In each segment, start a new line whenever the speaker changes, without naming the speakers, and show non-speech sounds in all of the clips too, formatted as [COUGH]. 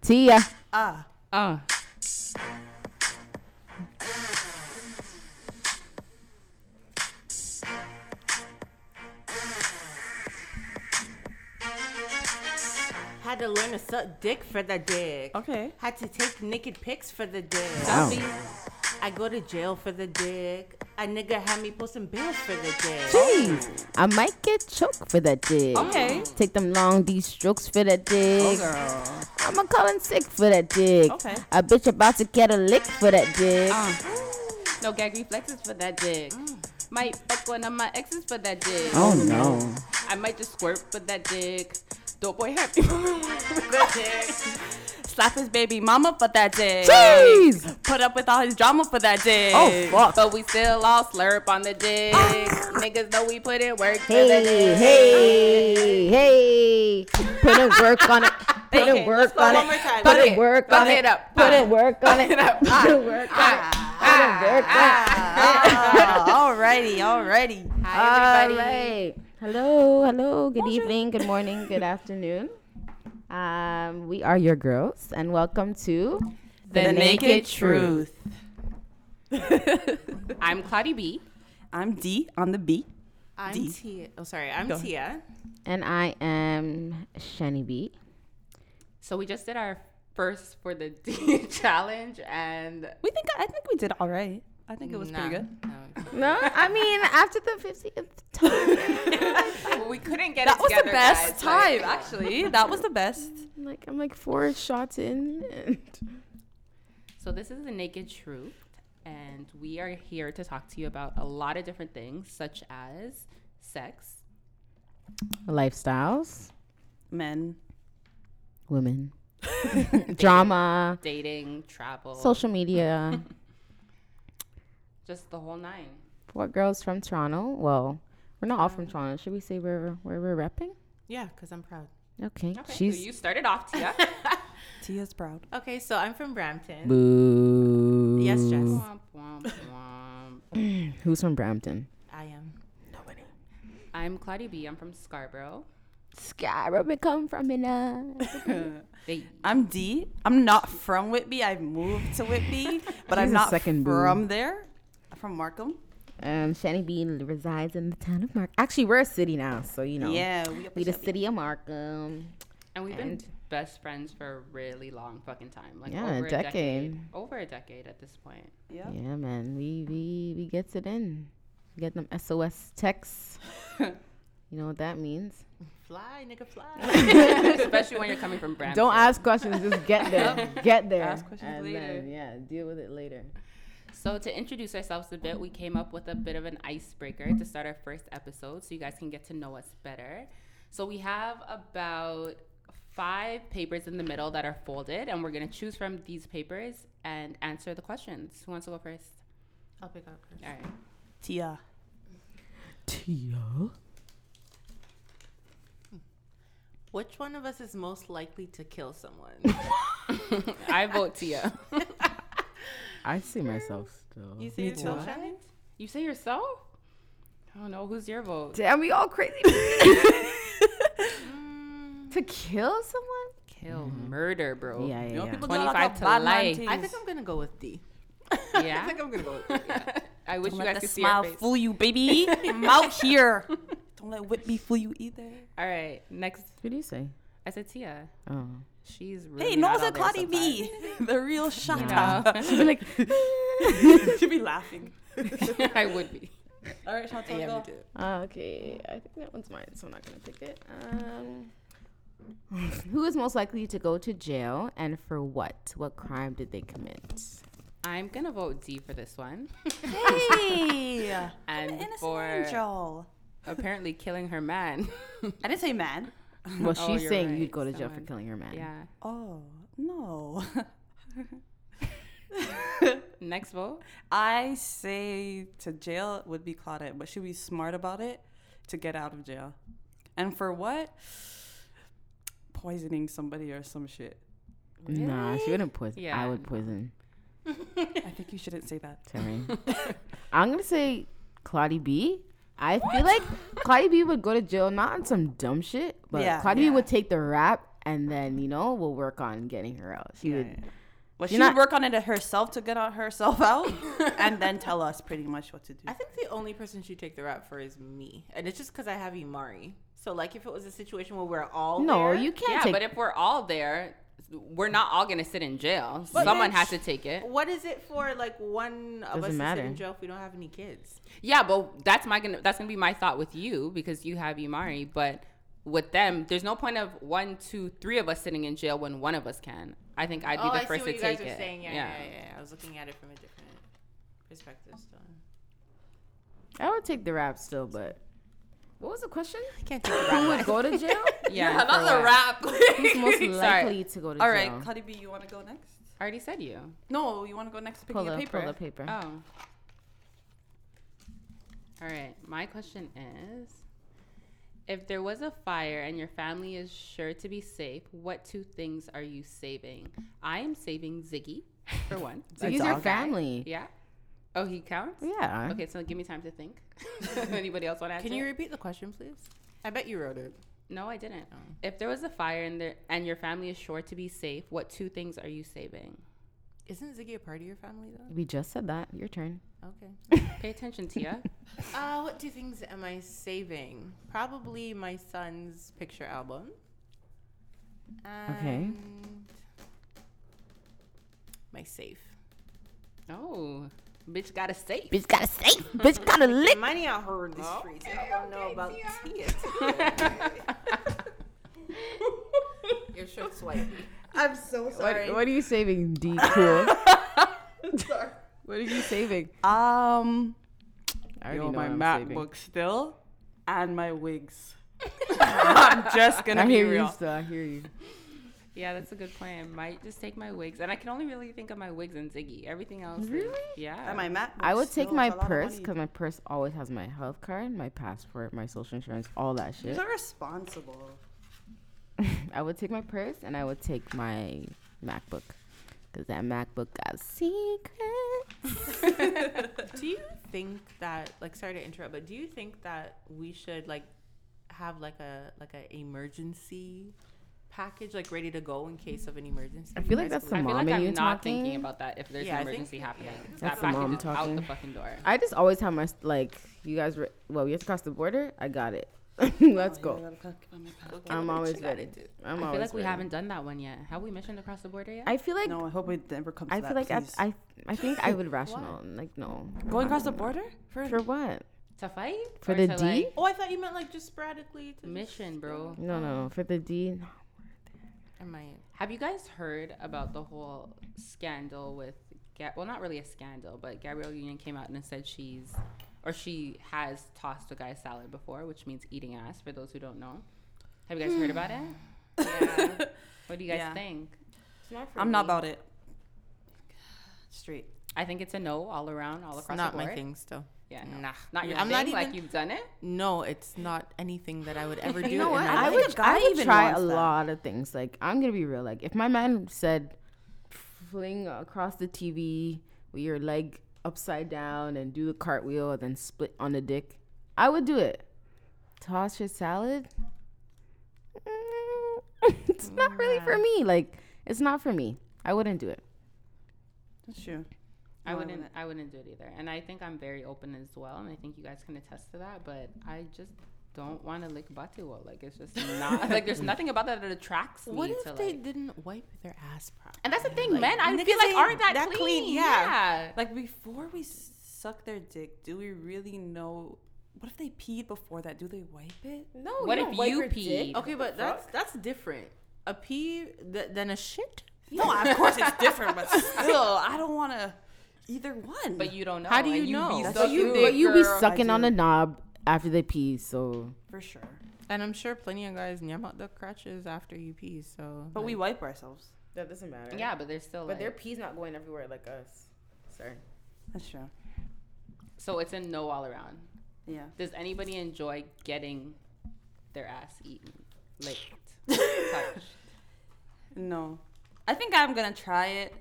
Tia.
Ah.
Uh.
Had to learn to suck dick for the dick.
Okay.
Had to take naked pics for the dick.
Wow.
I go to jail for the dick. A nigga had me posting bills for the dick.
Jeez. I might get choked for that dick.
Oh. Okay. Oh,
Take them long D strokes for that dick.
Girl.
I'ma call in sick for that dick.
Okay.
A bitch about to get a lick for that dick.
Uh. No gag reflexes for that dick. Might fuck one of my exes for that dick.
Mm. oh no.
I might just squirt for that dick. Dope boy happy [LAUGHS] for that dick. Slap his baby mama for that dick.
Jeez.
Put up with all his drama for that dick.
Oh, fuck. Ah.
But we still all slurp on the dick. Niggas know we put in work for the
Hey,
dick.
hey, hey. Put in work on it. Put in
Okay,
work
let's go
on
one
it.
more time.
Put
Fuck
in
it.
work
Fuck
on
it
it.
up.
Put
Ah.
in work on it.
it up. ah,
Put in work on it. Put in work on it.
Ah, alrighty, alrighty.
Hi, everybody.
Alright. Hello, hello. Good evening, good morning, good afternoon. Um, we are your girls, and welcome to
The, Naked Truth. I'm Claudia B.
I'm D on the B.
I'm
D.
Tia. Oh, sorry. I'm
ahead.
Tia.
And I am Shani B.
So we just did our first for the [LAUGHS] D challenge, and
We think I think we did all right. I think it was
Nah.
pretty good.
No.
No, I mean after the fiftieth time,
we couldn't get
That
it
was
together.
the best
guys. Like,
time, actually. That was the best.
like I'm like four shots in. And
So this is the Naked Truth, and we are here to talk to you about a lot of different things, such as sex,
Lifestyles,
Men.
women, drama,
dating, travel,
social media.
just the whole nine.
Four girls from Toronto. Well, we're not all from Toronto. Should we say where where we're repping?
Yeah, because I'm proud.
Okay,
Okay,
she's
so you started off,
[LAUGHS]
Tia.
Tia's proud.
Okay, so I'm from Brampton.
boo.
Yes, Jess.
Womp, womp, womp.
Who's from Brampton?
I am.
Nobody.
I'm Claudia B. I'm from Scarborough.
Scarab, we come from in a.
uh,
They,
I'm D. I'm not from Whitby. I've moved to [LAUGHS] Whitby, but
She's
I'm
a
not
second boo.
from there. I'm from Markham.
Um, Shani Bean resides in the town of Mark. Actually, we're a city now, so you know.
Yeah, we,
We the city of Markham.
and we've been
And-
best friends for a really long fucking time. Like
Yeah, a
over a decade.
decade.
Over a decade at this
[LAUGHS]
point.
Yeah.
Yeah, man. We we we gets it in. We get them SOS
[LAUGHS]
texts. you know what that means.
Fly, nigga, fly.
Especially when you're coming from Brampton.
Don't ask questions, just
[LAUGHS]
get there. get there.
Ask questions
and
later.
Then, yeah, deal with it later.
So to introduce ourselves a bit, we came up with a bit of an icebreaker to start our first episode so you guys can get to know us better. So we have about five papers in the middle that are folded and we're going to choose from these papers and answer the questions. Who wants to go first?
[LAUGHS] I'll pick up.
All right.
Tia.
Tia.
Which one of us is most likely to kill someone?
I vote Tia.
[LAUGHS] I see myself still.
You see yourself, Shannon?
You say yourself? I don't know. Who's your vote?
Damn, we all
[LAUGHS]
crazy. to kill someone?
Kill murder, bro.
Mm-hmm. Yeah, yeah,
Oh, You know,
yeah.
people
25
do
to
a lot of bad man
life.
things.
I think I'm gonna go with D. [LAUGHS] I
Yeah?
think I'm gonna go with D. Yeah.
[LAUGHS] I wish
Don't
you
let
guys
the
could see your
smile
face.
fool
[LAUGHS]
you, baby. I'm out here. Don't let Whitby fool you either.
All right. Next.
What do you say?
I said Tia.
[LAUGHS] Oh.
She's really
Hey,
not
knows
all
a
there
Claudia
sometimes.
B. Uh. The real Shanta. [LAUGHS]
She'd be
[LAUGHS]
like,
She'd be laughing.
Uh, I would be.
All right, Shanta,
Yeah,
go.
we did.
Uh, okay, I think that one's mine, so I'm not gonna pick it. Um, who is most likely to go to jail and for what? What crime did they commit?
[LAUGHS] I'm gonna vote D for this one, [LAUGHS]
Hey, [LAUGHS] I'm an
and
innocent
for
angel. [LAUGHS]
apparently killing her man. [LAUGHS]
I didn't say man.
Well,
Oh,
she's
you're
saying
right,
you'd go to jail for
someone-
killing your man.
yeah.
Oh no. [LAUGHS]
Next vote.
I say to jail would be Claudette, but she'd be smart about it to get out of jail. And for what? Poisoning somebody or some shit.
Nah, she wouldn't poison. I
Yeah,
would poison.
I think you shouldn't say that.
Sorry.
[LAUGHS]
I'm gonna say Claudie B. I feel like Claudie B would go to jail not on some dumb shit, but
Yeah,
Claudie B would take the rap and then you know we'll work on getting her out. She would.
Well, she
You're
would
not-
work on it herself to get out
[LAUGHS]
herself out, and then tell us pretty much what to do.
I think the only person she take the rap for is me, and it's just because I have Imari. So like, if it was a situation where we're all
No,
there-
you can't
yeah,
take.
but if we're all there, we're not all gonna sit in jail.
But
Someone
then
has
sh-
to take it.
What is it for? Like one of us
Doesn't
to sit
matter.
in jail if we don't have any kids.
Yeah, but that's my gonna that's gonna be my thought with you because you have Imari, but with them, there's no point of one, two, three of us sitting in jail when one of us can. I think
Oh,
I'd be the first to take it.
Yeah, yeah, yeah, I was looking at it from a different perspective. So
I would take the rap still, but what was the question?
I can't take the
Who would go to jail?
Yeah, for what?
rap.
[LAUGHS]
Who's most
[LAUGHS] Sorry.
likely to go to
All
jail?
right, Cardi B, you want to go next?
I already said you.
No, you want to go next? Picking
pull
your
up,
paper.
pull up paper.
Oh. All right. My question is if there was a fire and your family is sure to be safe, what two things are you saving? I am saving Ziggy
[LAUGHS]
for one.
So use your family.
Yeah. Oh, he counts?
Yeah.
Okay, so give me time to think. [LAUGHS] Anybody else want to answer?
Can you
it?
repeat the question, please? I bet you wrote it.
No, I didn't.
Oh.
If there was a fire and there and your family is sure to be safe, what two things are you saving?
Isn't Ziggy a part of your family though?
We just said that. Your turn.
Okay.
Pay attention,
[LAUGHS]
Tia.
Uh, what two things am I saving? Probably my son's picture album.
Okay.
And My safe.
oh, bitch got a safe.
Bitch gotta stay. Bitch gotta [LAUGHS] lick.
Money out here in the streets. I don't know about Your shirt's white. [LAUGHS] I'm so sorry.
What, what are you saving, D Cool? What are you saving?
Um,
I already
yo,
know
my
what I'm
MacBook
saving.
still, and my wigs.
[LAUGHS]
I'm just gonna
I
be
hear you
real.
still. I hear you.
Yeah, that's a good plan. might just take my wigs, and I can only really think of my wigs and Ziggy. Everything else, is-
Really?
yeah.
And my MacBook.
I would
still
take
is
my
a lot of
purse
money.
because my purse always has my health card, my passport, my social insurance, all that shit.
These are responsible.
I would take my purse and I would take my MacBook because that MacBook got secrets.
do you think that like sorry to interrupt, but do you think that we should like have like a like a emergency package like ready to go in case of an emergency?
I feel like that's the
I feel
mom
like
in
I'm
you
not
talking.
thinking about that. If there's
Yeah, I
an
think-
emergency happening,
That's
that
the
package
mom
is out
talking.
the fucking door.
I just always have my s- like you guys. Re- well, you have to cross the border. I got it. [LAUGHS] Let's go. I'm always ready. I'm
I
always
feel like we
ready.
haven't done that one yet. Have we missioned across the border yet?
I feel like
No, I hope it never comes.
I
to that,
feel like I,
please.
I I think I
[LAUGHS]
would rational like no
going across the border for
for what
to fight
for
Or
the
to,
D.
like,
Oh, I thought you meant like just sporadically to
mission, bro.
no, no, no, for the D.
I might.
Have you guys heard about the whole scandal with, Ga- well, not really a scandal, but Gabrielle Union came out and said she's, or she has tossed a guy's salad before, which means eating ass, for those who don't know. Have you guys heard
[SIGHS]
about it? What do you guys
Yeah.
think?
I'm not about it. Straight.
I think it's a no all around, all
It's
across
not
the board.
my thing still.
Yeah, no.
Nah.
Not your
I'm
thing.
not
like
even-
you've done it.
No, it's not anything that [LAUGHS] I would ever do.
You know
in
what?
my
I
life.
would, I
guy
would
even
try
wants
a
that.
lot of things. Like I'm gonna be real. Like if my man said, fling across the TV with your leg upside down and do the cartwheel and then split on the dick, I would do it. Toss your salad. Mm, [LAUGHS] it's not really for me. Like it's not for me. I wouldn't do it.
That's true.
I
No, I
wouldn't. I wouldn't do it either. And I think I'm very open as well, and I think you guys can attest to that. But I just don't want to lick batuo. Like it's just
[LAUGHS]
not. like there's nothing about that that attracts me.
What if
to,
they
like-
didn't wipe their ass properly?
And that's the thing,
Like,
men. I
niggas
feel like
ain't
aren't that,
that
clean?
clean,
Yeah.
Like before we s- suck their dick, do we really know? What if they peed before that? Do they wipe it?
No.
What if you pee?
Okay, but that's that's different. A pee th- than a shit.
No, of course it's different, but still, I don't want to either one.
But you don't know.
How do
and
you
be
know?
so
That's what you
cute,
do.
But you be
girl.
sucking
I
on
do.
a knob after they pee. So
for sure.
And I'm sure plenty of guys nyam out the crutches after you pee. So,
But we wipe ourselves.
that doesn't matter.
Yeah, but they're still. like,
pee's not going everywhere like us. Sorry.
That's true.
so it's a no all around.
Yeah.
Does anybody enjoy getting their ass eaten, licked,
[LAUGHS]
touched?
No, I think I'm gonna try it.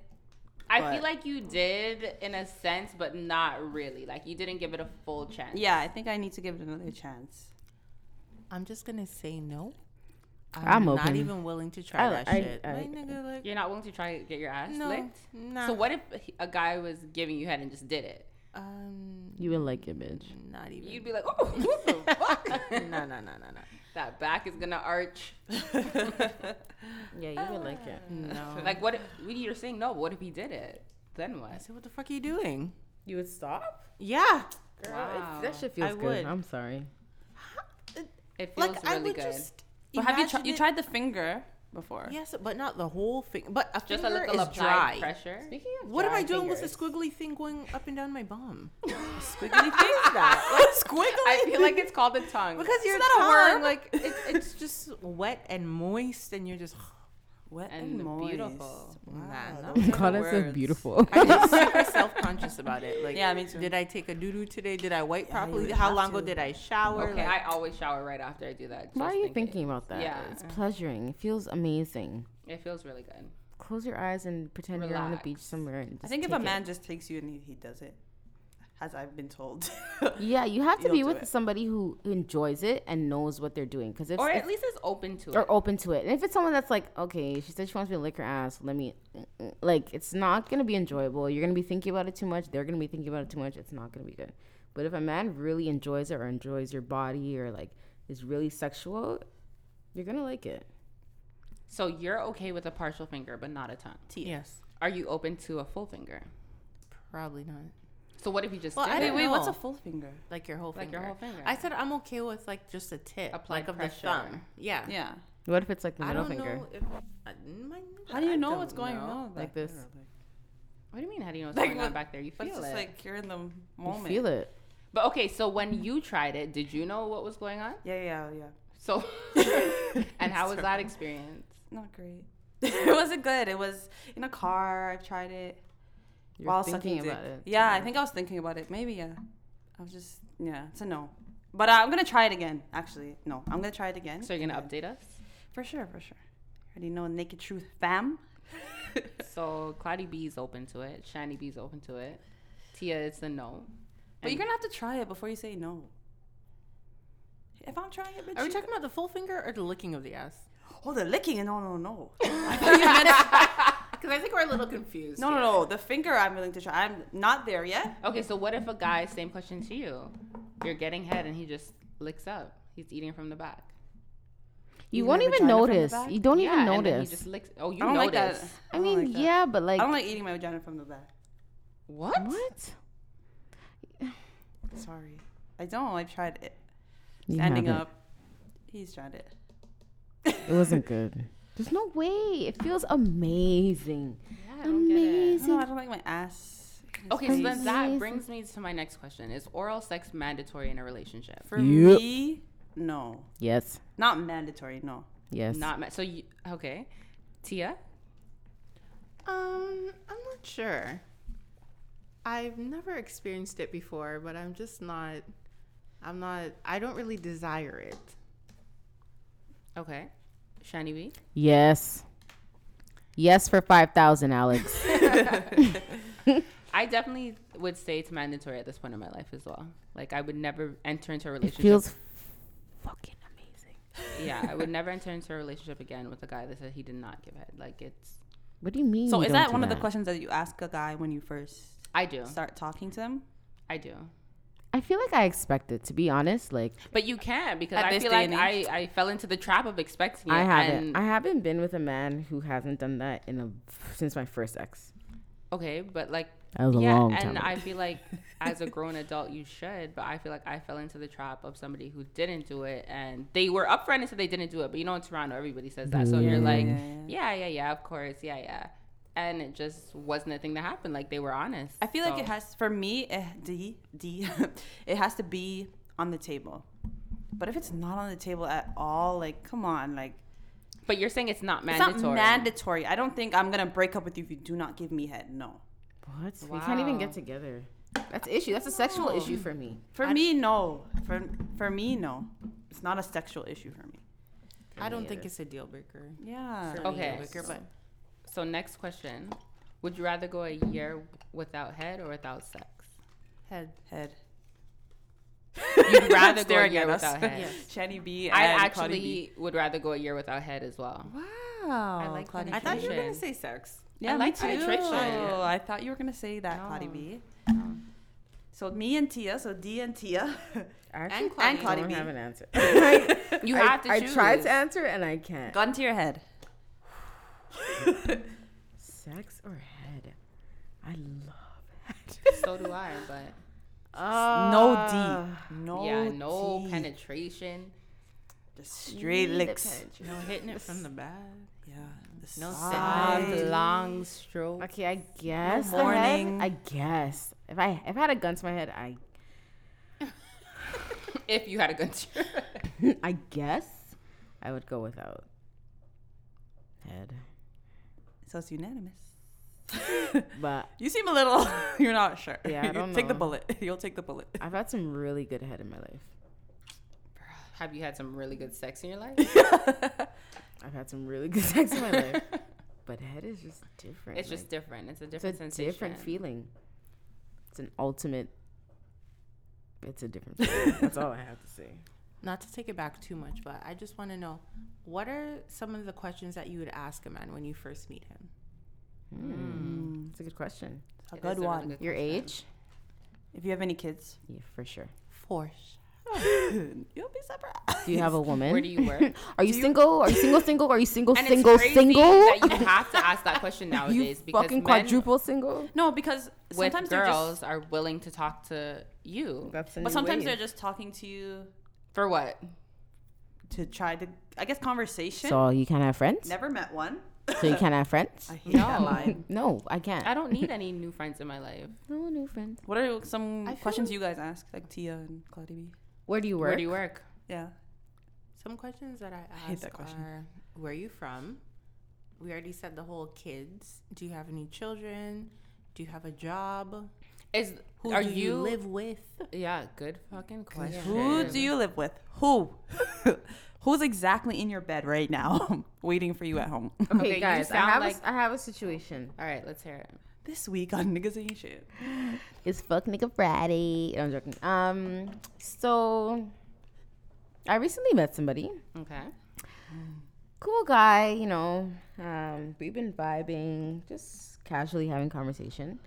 I
but-
feel like you did in a sense, but not really. Like you didn't give it a full chance.
Yeah, I think I need to give it another chance.
I'm just gonna say no.
I'm
not
open.
even willing to try
I-
that
I-
shit.
I-
like, nigga, like,
You're not willing to try to get your ass
no,
licked.
nah.
So what if he- a guy was giving you head and just did it?
Um,
You would like it, bitch.
not even.
You'd be like, oh,
[LAUGHS]
what the
no,
fuck?
no, no, no, no.
that back is gonna arch.
Yeah, you would like it.
No.
[LAUGHS] Like what? If, we- you're saying no. but What if he did it? Then
I
what?
said, what the fuck are you doing?
You would stop?
Yeah.
Girl,
Wow.
it, that shit feels
I
good.
would.
I'm sorry.
It feels really good.
But have you
imagine
tried? You
it-
tried the finger before?
Yes, but not the whole thing. But a
Just a
finger
little
is dry.
applied pressure.
Speaking of
What am
dry
I doing with
fingers,
the squiggly thing going up and down my [LAUGHS] bum?
Squiggly thing.
that? squiggly?
I
[LAUGHS]
feel like it's called the tongue.
because you're
not a
tongue,
worm.
like it, [LAUGHS] it's just wet and moist, and you're just [SIGHS]
Wet
And
and, moist.
beautiful.
man.
Wow,
that
those
was-
[LAUGHS] God,
are the
that's so
words.
beautiful.
I'm [LAUGHS] just super self-conscious about it. Like,
[LAUGHS] Yeah, me too.
Did I take a doo doo today? Did I wipe
you
properly?
would
How
have
long ago
to.
did I shower?
Okay,
Like,
I always shower right after I do that.
Why
just
are you
thinking.
thinking about that?
Yeah.
It's pleasuring. It feels amazing.
It feels really good.
Close your eyes and pretend you're on the beach
Relax.
somewhere. And
I
just
think if
take
a
it.
man just takes you and he, he does it, as I've been [LAUGHS] told.
Yeah, you have to
You'll
be
do
with
it.
somebody who enjoys it and knows what they're doing. Because if,
Or
if
at least is open to it.
or open to it. And if it's someone that's like, okay, she said she wants me to lick her ass, let me, uh, like, it's not gonna be enjoyable. You're gonna be thinking about it too much. They're gonna be thinking about it too much. It's not gonna be good. But if a man really enjoys it or enjoys your body or like is really sexual, you're gonna like it.
So you're okay with a partial finger, but not a tongue.
yes,
Are you open to a full finger?
probably not.
So what if you just
Well,
did
I
it?
wait,
don't
wait, what's
know.
a full finger?
Like your whole
Like
finger.
your whole finger.
I said I'm okay with like just a tip,
Applied
like of
pressure.
the thumb. Yeah.
Yeah.
What if it's like the
I
middle
don't
finger?
know if I, my,
How do you
I
know
don't
what's going
know.
on?
Like this.
What do you mean? How do you know what's
Like
going on
what-
back there? You
But
feel
it's
it.
just like you're in the
You
moment.
feel it.
but okay, so when you tried it, did you know what was going on?
Yeah, yeah, yeah.
So, and how was that experience?
Not great. [LAUGHS] it wasn't good. It was in a car. I've tried it
You're
while
thinking
sucking dick.
about it.
Yeah, I think I was thinking about it. Maybe yeah. I was just yeah. It's a no. But uh, I'm gonna try it again. Actually, no. I'm gonna try it again.
So you're gonna update us.
For sure, for sure. Already know naked truth, fam.
So Cloudy B's open to it. Shiny B's open to it. Tia, it's a no.
But
And-
you're gonna have to try it before you say no. If I'm trying it, bitch,
Are we
you-
talking about the full finger or the licking of the ass?
Oh, the licking? No, no, no.
Because I think we're a little confused.
No, no, no. The finger I'm willing to try. I'm not there yet.
Okay, so what if a guy, same question to you, you're getting head and he just licks up. He's eating from the back.
You,
You
won't
have a
even
vagina from the
notice.
back?
You don't
Yeah,
even
And then he
notice.
just licks. Oh, you
I don't like
notice.
that.
I
don't
mean,
like that.
yeah, but like,
I don't like eating my vagina from the back.
What?
what?
Sorry. I don't. I've tried it.
You
Standing
haven't.
up. He's tried it.
It wasn't good. There's no way. It feels amazing.
Yeah, I don't get it.
No, I
Amazing.
don't like my ass.
Okay, so then that
Amazing.
brings me to my next question: Is oral sex mandatory in a relationship?
For
Yep.
me, no.
Yes.
Not mandatory, no.
Yes.
Not ma- so. You, okay, Tia.
Um, I'm not sure. I've never experienced it before, but I'm just not. I'm not. I don't really desire it.
Okay, Shiny B.
yes. Yes for 5,000,
[LAUGHS]
Alex.
I definitely would say it's mandatory at this point in my life as well. Like I would never enter into a
it
relationship.
feels fucking amazing.
[LAUGHS] yeah, I would never enter into a relationship again with a guy that said he did not give head. Like it's,
What do you mean?
So
you
is
don't
that
do
one of the questions that you ask a guy when you first
I do,
start talking to him?
I do.
I feel like I expect it, to be honest. Like,
But you can because
At
I
this
feel
day
like
and
I, I fell into the trap of expecting it.
I haven't.
and-
I haven't been with a man who hasn't done that in a since my first ex.
okay, but like
That was a
yeah,
long
and
time.
I
ago.
feel like as a grown adult you should, but I feel like I fell into the trap of somebody who didn't do it and they were upfront and said they didn't do it. But you know in Toronto everybody says that. So you're like, yeah, yeah, yeah, of course, yeah, yeah. And it just wasn't a thing that happened. Like they were honest.
I feel like
So-
it has for me eh, D D [LAUGHS] it has to be on the table. But if it's not on the table at all, like come on, like
But you're saying it's not mandatory.
it's not mandatory. I don't think I'm gonna break up with you if you do not give me head. No.
what? We can't even get
Wow.
together. That's an issue. That's a sexual issue for me.
For me, no. For for me, no. It's not a sexual issue for me.
I don't think
either.
it's a deal breaker.
Yeah.
for me,
Okay.
deal breaker, but
So next question. Would you rather go a year without head or without sex?
head.
Head.
You'd rather go a
staring
year
at us.
without head.
Yes.
Shadi B.
I
and Cardi B.
actually would rather go a year without head as well.
Wow.
I like
Cardi
I thought you were gonna say
Nutrition.
sex.
I like
me
penetration.
too.
Yeah.
Oh, I thought you were gonna say that, Cardi
No.
B. So me and Tia, so D and Tia. [LAUGHS]
Actually,
Cardi
I don't
B.
have an answer.
You
I, [LAUGHS]
have to
I
choose.
tried to answer and I can't.
Gun to your head.
[LAUGHS] Sex or head? I love
So do I, but
head.
Uh, no D. No.
yeah, no
D.
penetration.
Just straight licks.
No hitting it from the back.
Yeah. The
No
side.
Soft, long
[LAUGHS]
stroke.
Okay, I guess. the
morning.
head. I guess. If I if I had a gun to my head, I
If you had a gun to your head.
I guess I would go without head.
So it's unanimous.
But
you seem a little. [LAUGHS] You're not sure.
Yeah, I
[LAUGHS] You
don't
take the
know.
bullet. You'll take the bullet.
I've had some really good head in my life.
[LAUGHS] Have you had some really good sex in your life?
I've had some really good [LAUGHS] sex in my life. But head is just different.
It's
like,
just different. It's a
it's a
different sensation.
different feeling. It's an ultimate it's a different feeling. That's all I have to say.
Not to take it back too much, but I just want to know what are some of the questions that you would ask a man when you first meet him?
Hmm.
Mm.
It's a good question.
A
It
good
is really
one.
good
Your
question.
age?
If you have any kids,
Yeah, for sure.
Force.
you'll be surprised.
Do you have a woman?
Where do you work?
[LAUGHS] Are you single? Are you single? Single? Are you single?
And
single?
it's crazy
Single?
that you have to ask that question nowadays because
fucking
men
quadruple single.
[LAUGHS] No, because
with
sometimes they're
girls
just.
are willing to talk to you
That's
But sometimes they're just talking to you
for what?
to try to, I guess, conversation.
so you can't have friends.
Never met one.
So you can't have friends. [LAUGHS]
I hate that
No.
line.
No, I can't.
I don't need any new friends in my life.
no new friends.
What are some
I feel-
questions you guys ask, like Tia and Claudia B?
Where do you work?
Where do you work?
Yeah.
Some questions that I ask
hate that question.
are where are you from? We already said the whole kids. Do you have any children? Do you have a job?
Is
Who
are
do you,
you?
live with?
yeah, good fucking question.
Who do you live with? Who? [LAUGHS] Who's exactly in your bed right now, [LAUGHS] waiting for you at home?
Okay,
Okay, you
guys, I
sound
have a
like-
s- I have a situation.
All right, let's hear it.
[LAUGHS] this week on niggas ain't shit.
It's fuck nigga Friday. I'm joking. Um, so I recently met somebody,
Okay.
cool guy. You know, um, we've been vibing, just casually having conversation.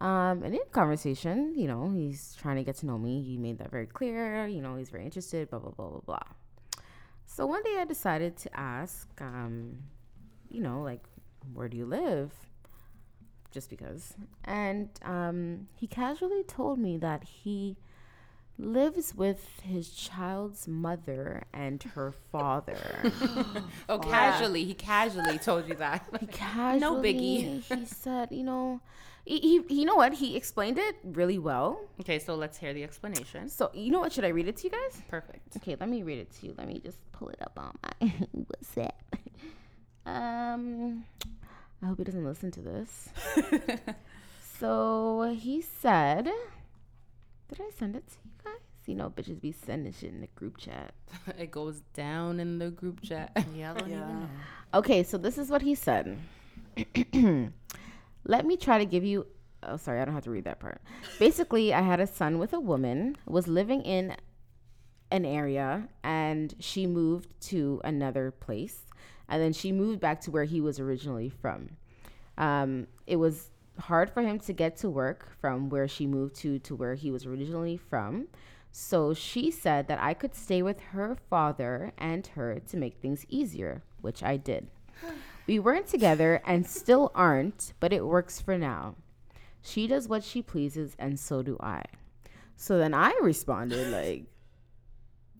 Um, and in conversation, you know, he's trying to get to know me. He made that very clear. You know, he's very interested. Blah blah blah blah blah. So one day I decided to ask, um, you know, like, where do you live? Just because. And um, he casually told me that he lives with his child's mother and her father.
Oh, casually, he casually told you that.
casually,
No biggie.
[LAUGHS] he said, you know, he, he, you know what? He explained it really well.
okay, so let's hear the explanation.
So you know what? Should I read it to you guys?
Perfect.
Okay, let me read it to you. Let me just pull it up on my [LAUGHS] WhatsApp. Um, I hope he doesn't listen to [LAUGHS] this. so he said, "Did I send it to you guys? You know, bitches be sending shit in the group chat."
[LAUGHS] It goes down in the group chat. [LAUGHS]
Yeah, I don't even know.
Okay, so this is what he said. [CLEARS THROAT] Let me try to give you. Oh, sorry, I don't have to read that part. Basically, I had a son with a woman, was living in an area, and she moved to another place. And then she moved back to where he was originally from. Um, it was hard for him to get to work from where she moved to to where he was originally from. So she said that I could stay with her father and her to make things easier, which I did. We weren't together and still aren't, but it works for now. She does what she pleases, and so do I. So then I responded, like,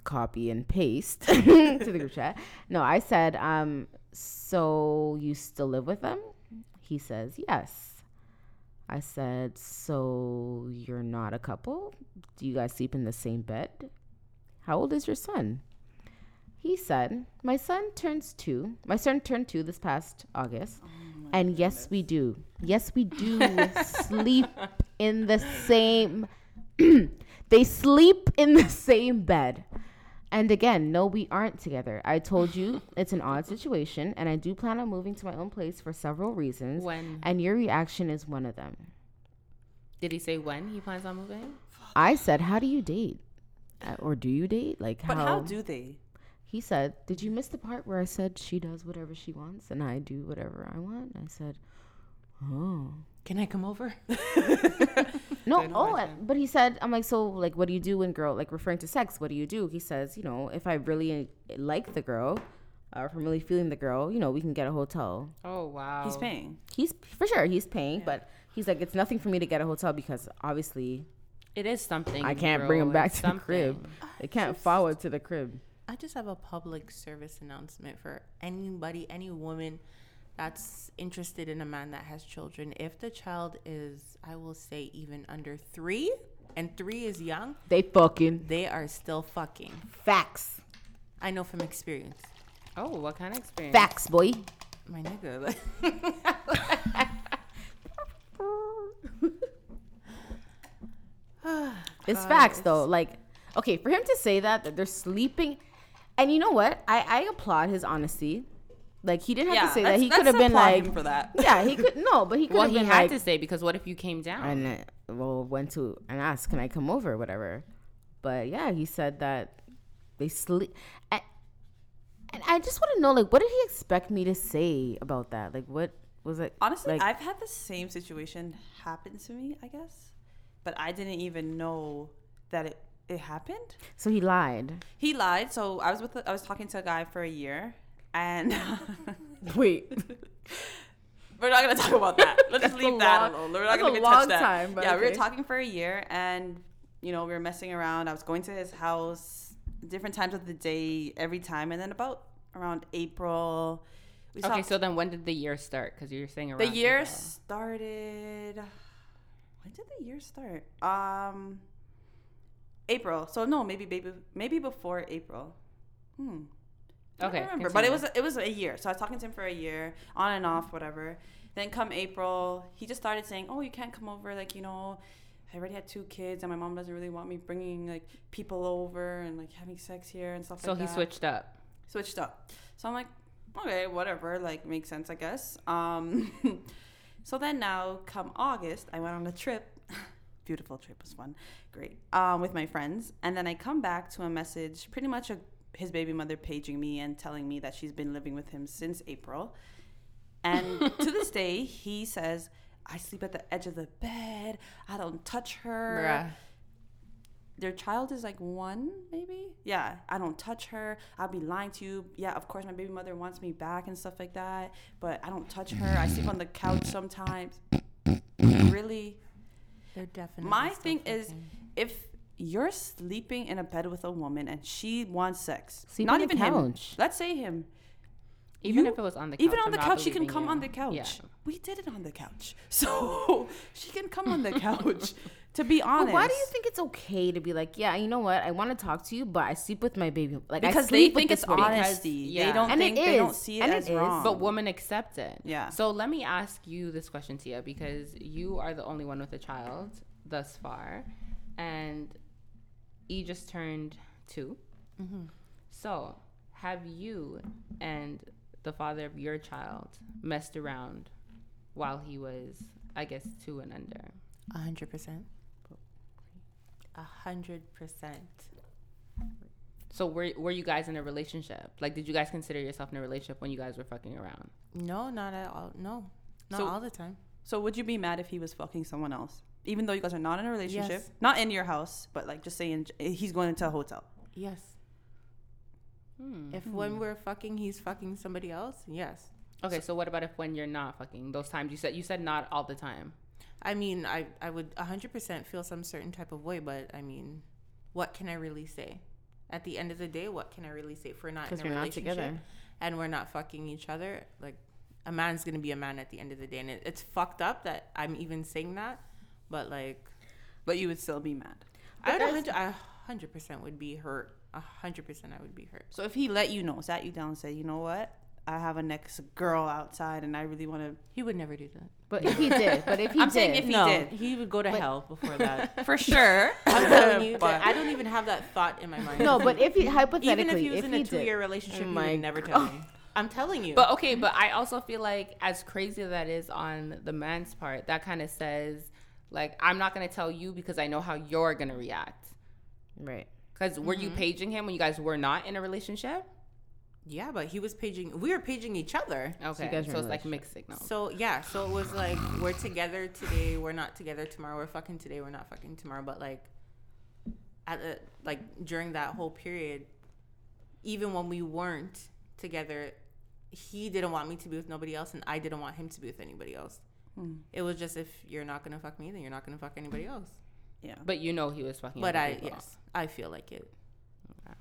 copy and paste [LAUGHS] to the group chat. No, I said, um, so you still live with them? He says, yes. I said, so you're not a couple? Do you guys sleep in the same bed? How old is your son? He said, My son turns two. My son turned two this past August.
Oh
and yes, we do. Yes, we
[LAUGHS]
do sleep in the same. [CLEARS THROAT] they sleep in the same bed. And again, no, we aren't together. I told
[LAUGHS]
you it's an odd situation, and I do plan on moving to my own place for several reasons.
When
And your reaction is one of them.
did he say when he plans on moving?
I said, How do you date? Uh, Or do you date? Like how?
But how
Um,
do they?
he said, "Did you miss the part where I said she does whatever she wants and I do whatever I want?" I said, "Oh,
Can I come over?
no, oh." I- But he said, "I'm like, so like, what do you do when girl like referring to sex? What do you do?" He says, "You know, if I really eh, like the girl, or if I'm really feeling the girl, you know, we can get a hotel.
Oh wow.
He's paying.
He's for sure he's paying, but he's like, it's nothing for me to get a hotel because obviously
It is something.
I can't
bro.
bring him back
It's
to the crib.
something.
They can't follow it to the crib."
I just have a public service announcement for anybody, any woman that's interested in a man that has children. If the child is, I will say, even under three, and three is young,
They fucking
they are still fucking.
facts,
I know from experience.
Oh, what kind of experience?
facts, boy.
My nigga. [LAUGHS] like-
It's facts though. Like, okay, for him to say that that they're sleeping, and you know what? I I applaud his honesty. Like he didn't have to say that.
let's-
He
let's
could have been
applaud
like,
him for that.
[LAUGHS] yeah, he could no, but he could
Well,
have
he
been
had
like,
to say because what if you came down?
and uh, well went to and asked, can I come over, or whatever. But yeah, he said that they sleep. And, and I just want to know, like, what did he expect me to say about that? Like, what was it?
Honestly,
like,
I've had the same situation happen to me, I guess, but I didn't even know that it, it happened.
so he lied.
He lied. So I was with I was talking to a guy for a year, and [LAUGHS]
Wait,
we're not gonna talk about that. Let's just
That's a
leave that
long-
alone. We're
that's
not gonna
a
even
long
touch that.
time, but
yeah, we
okay.
were talking for a year, and you know we were messing around. I was going to his house different times of the day every time, and then about around April, we
okay,
stopped-
so then when did the year start? Because you're saying around
the year
April.
started. When did the year start? Um, April. So no, maybe maybe maybe before April. Hmm. I
Okay,
don't remember, but it
continue.
was it was a year. So I was talking to him for a year, on and off, whatever. Then come April, he just started saying, "Oh, you can't come over. Like you know, I already had two kids, and my mom doesn't really want me bringing like people over and like having sex here and stuff
So
like
he
that."
switched up.
switched up. So I'm like, okay, whatever, like makes sense, I guess. Um, [LAUGHS] so then now, come August, I went on a trip. [LAUGHS] Beautiful trip was fun, great, um, with my friends, and then I come back to a message, pretty much a, his baby mother paging me and telling me that she's been living with him since April, and to this day, he says. I sleep at the edge of the bed. I don't touch her their child is like one, maybe. Yeah, I don't touch her. I'll be lying to you. Yeah, of course, my baby mother wants me back and stuff like that, but I don't touch her. I sleep on the couch sometimes. really?
They're definitely.
My
still
thing is
fucking.
if you're sleeping in a bed with a woman and she wants sex,
Sleep
not
on the
even him.
couch.
Let's say him.
Even
You-
if it was on the couch.
Even on
I'm
the
not
couch, she can
believing
come
you.
on the couch.
Yeah.
We did it on the couch. [LAUGHS] So she can come on the couch. to be honest.
But why do you think it's okay to be like, yeah, you know what? I want to talk to you, but I sleep with my baby. Like I
because they
sleep with
think
this
it's
woman.
honesty.
yeah.
They don't
And
think
it
they don't
is.
see it
And it
as
is.
wrong.
But women accept it.
Yeah.
So let me ask you this question, Tia, because you are the only one with a child thus far, and E just turned 2
Mm-hmm.
So have you and the father of your child messed around while he was, I guess, two and under?
A hundred percent. A hundred percent.
So were were you guys in a relationship? Like, did you guys consider yourself in a relationship when you guys were fucking around?
No, not at all. No, not
So-
all the time.
So would you be mad if he was fucking someone else, even though you guys are not in a relationship,
Yes.
not in your house, but like just saying he's going to a hotel?
Yes.
Hmm.
If when we're fucking, he's fucking somebody else. Yes.
Okay, so what about if when you're not fucking those times you said you said not all the time?
I mean, I I would a hundred percent feel some certain type of way, but I mean, what can I really say? At the end of the day, what can I really say? If we're not in
Because
a
we're not
relationship
together.
and we're not fucking each other, like a man's gonna be a man at the end of the day, and it, it's fucked up that I'm even saying that, but like
But you would still be mad.
I would a
that's-
hundred I a hundred percent would be hurt. A hundred percent I would be hurt.
So if he let you know, sat you down, and said, you know what, I have a next girl outside, and I really want to.
He would never do that.
But if he did, but if he
I'm
did,
saying if he did.
He would go to hell before that. [LAUGHS]
For sure.
I'm telling you,
But-
that I don't even have that thought in my mind.
no, but if he
even
hypothetically,
if he was in a
did,
two-year relationship,
Oh
he
my
would never tell me. I'm telling you.
But okay, but I also feel like as crazy that is on the man's part, that kind of says like I'm not gonna tell you because I know how you're gonna react.
right?
Because were you paging him when you guys were not in a relationship?
Yeah, but he was paging. We were paging each other.
Okay,
guys were
so,
in a
it's like mixed signals.
So yeah, so it was like we're together today, we're not together tomorrow, we're fucking today, we're not fucking tomorrow. But like, at the, like during that whole period, even when we weren't together, he didn't want me to be with nobody else, and I didn't want him to be with anybody else. It was just if you're not gonna fuck me, then you're not gonna fuck anybody else.
Yeah.
But you know he was fucking.
but
other
I
people.
yes, I feel like it.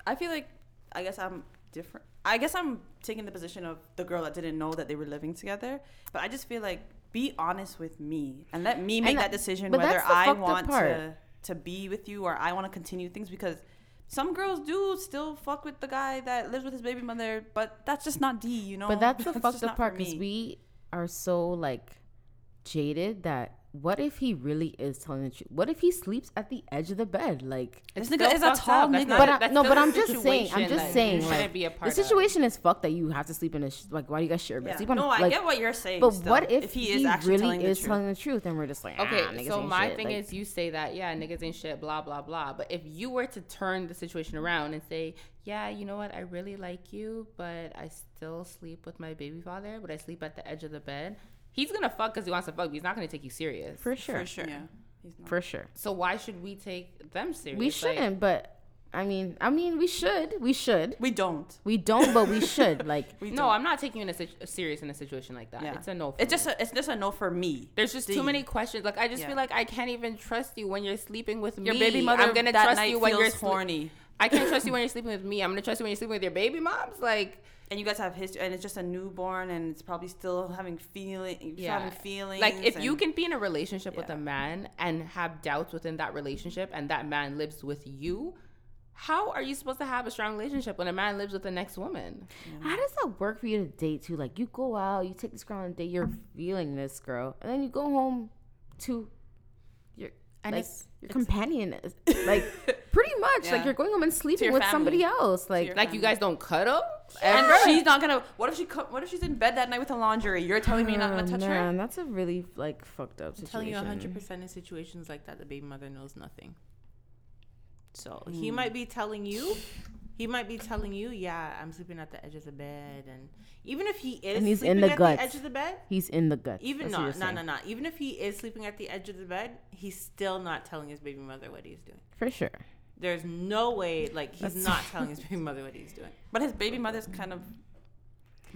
I feel like I guess I'm different. I guess I'm taking the position of the girl that didn't know that they were living together. But I just feel like be honest with me and let me make
And that-
that decision
but
whether
that's the
I
fucked up
want to
part.
to be with you or I want to continue things because some girls do still fuck with the guy that lives with his baby mother, but that's just not D, you know.
But
[LAUGHS]
that's the fucked
just
up
not for
part because
me.
we are so like jaded that what if he really is telling the truth? What if he sleeps at the edge of the bed? Like,
this
still
nigga is a
fucked
tall
up. That's
nigga.
not-
but I,
that's
no,
still
but
a
I'm just saying, I'm
situation,
just
like, you
saying,
shouldn't
like,
be a part of
the
it.
situation is fucked that you have to sleep in a sh- like. Why do you guys share a bed?
Yeah.
Sleep on a-
No, I
like,
get what you're saying.
But
still.
what if,
he,
he,
is actually
really
telling
is
the truth?
telling the truth and we're just like,
Okay,
ah, niggas
so
ain't
my
shit.
thing
Like,
is, you say that, yeah, niggas ain't shit, blah blah blah. But if you were to turn the situation around and say, yeah, you know what, I really like you, but I still sleep with my baby father, but I sleep at the edge of the bed. He's gonna fuck because he wants to fuck, but he's not gonna take you serious.
for sure,
For sure.
Yeah, he's not.
for sure.
So why should we take them serious?
We
Like,
shouldn't, but I mean, I mean, we should, we should,
We don't.
we don't, but we should. Like,
no, I'm not taking you in a situ- serious in a situation like that.
Yeah.
It's a no. For
It's
me.
just a, it's just a no for me.
There's just
D.
too many questions. Like I just
Yeah.
feel like I can't even trust you when you're sleeping with
Your
me.
baby mother.
I'm gonna
that
trust
night
you when
feels
you're sle-
horny,
I can't trust you when you're sleeping with me. I'm gonna trust you when you're sleeping with your baby moms. Like
and you guys have history, and it's just a newborn, and it's probably still having feeling, yeah.
yeah,
having feelings.
Like if you
and-
can be in a relationship with
Yeah.
a man and have doubts within that relationship, and that man lives with you. How are you supposed to have a strong relationship when a man lives with the next woman?
How does that work for you to date too? Like you go out, you take this girl on a date, you're feeling this girl, and then you go home to your
And
like,
it's-
your companion, is- like pretty much
Yeah.
like you're going home and sleeping
your
with
family.
somebody else. Like
Like you guys don't cuddle?
and
ever?
[LAUGHS] she's not gonna. What if she? Co- what if she's in bed that night with the laundry? You're telling me you're not
oh,
gonna touch her?
man, that's a really like fucked up
I'm
situation.
telling you 100% in situations like that, the baby mother knows nothing. So he
Mm.
might be telling you, he might be telling you, yeah, I'm sleeping at the edge of the bed. And even if he is
And he's in
sleeping
the
at
guts.
the edge of the bed,
He's in the gut.
even
That's what
not,
you're
no,
saying.
no, no. Even if he is sleeping at the edge of the bed, he's still not telling his baby mother what he's doing.
for sure.
There's no way, like, he's
That's-
not telling his baby mother what he's doing.
But his baby mother's kind of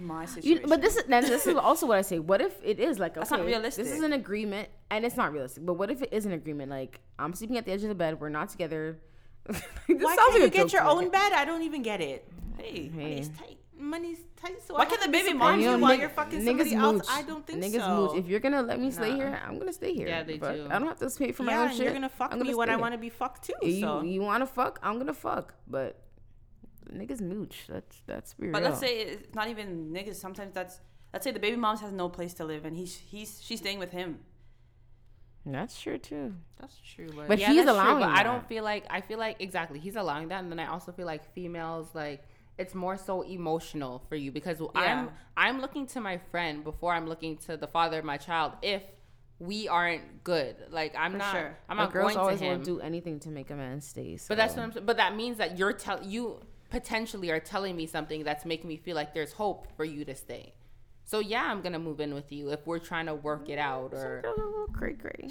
my
You,
situation.
but this is now, this
[LAUGHS]
is also what I say. What if it is like okay,
That's not realistic.
This is an agreement, and it's not realistic. But what if it is an agreement? Like I'm sleeping at the edge of the bed. We're not together. [LAUGHS] This
Why
sounds
can't
like
you
a joke
get
to
your
me.
own bed? I don't even get it.
hey,
Hey.
Money's tight. Money's tight. So
Why
I have
can't the
to be
baby
supportive
mom
And
you
know,
while
nigg-
you're fucking
niggas
somebody else?
mooch.
I don't think
niggas
so.
mooch. If you're gonna let me stay here, I'm gonna stay here.
Yeah, they
Fuck.
do.
I don't have to pay for my
yeah,
own
and
shit.
you're gonna fuck
I'm
me when
stay
I
here.
want to be fucked too.
You
so
you want to fuck? I'm gonna fuck. But niggas mooch. That's that's weird.
But let's say it's not even niggas. Sometimes that's let's say the baby mom has no place to live, and he's he's she's staying with him.
that's true too.
That's true, but,
But he's
that's
allowing
but I don't
that.
feel like I feel like exactly he's allowing that, and then I also feel like females like it's more so emotional for you because I'm I'm looking to my friend before I'm looking to the father of my child if we aren't good. Like I'm not
sure.
I'm
But
not
girls
going
always
to him.
will do anything to make a man stay. So.
but that's what I'm. s- But that means that you're tell you potentially are telling me something that's making me feel like there's hope for you to stay. So yeah, I'm gonna move in with you if we're trying to work it out or.
Girls are a little cray cray.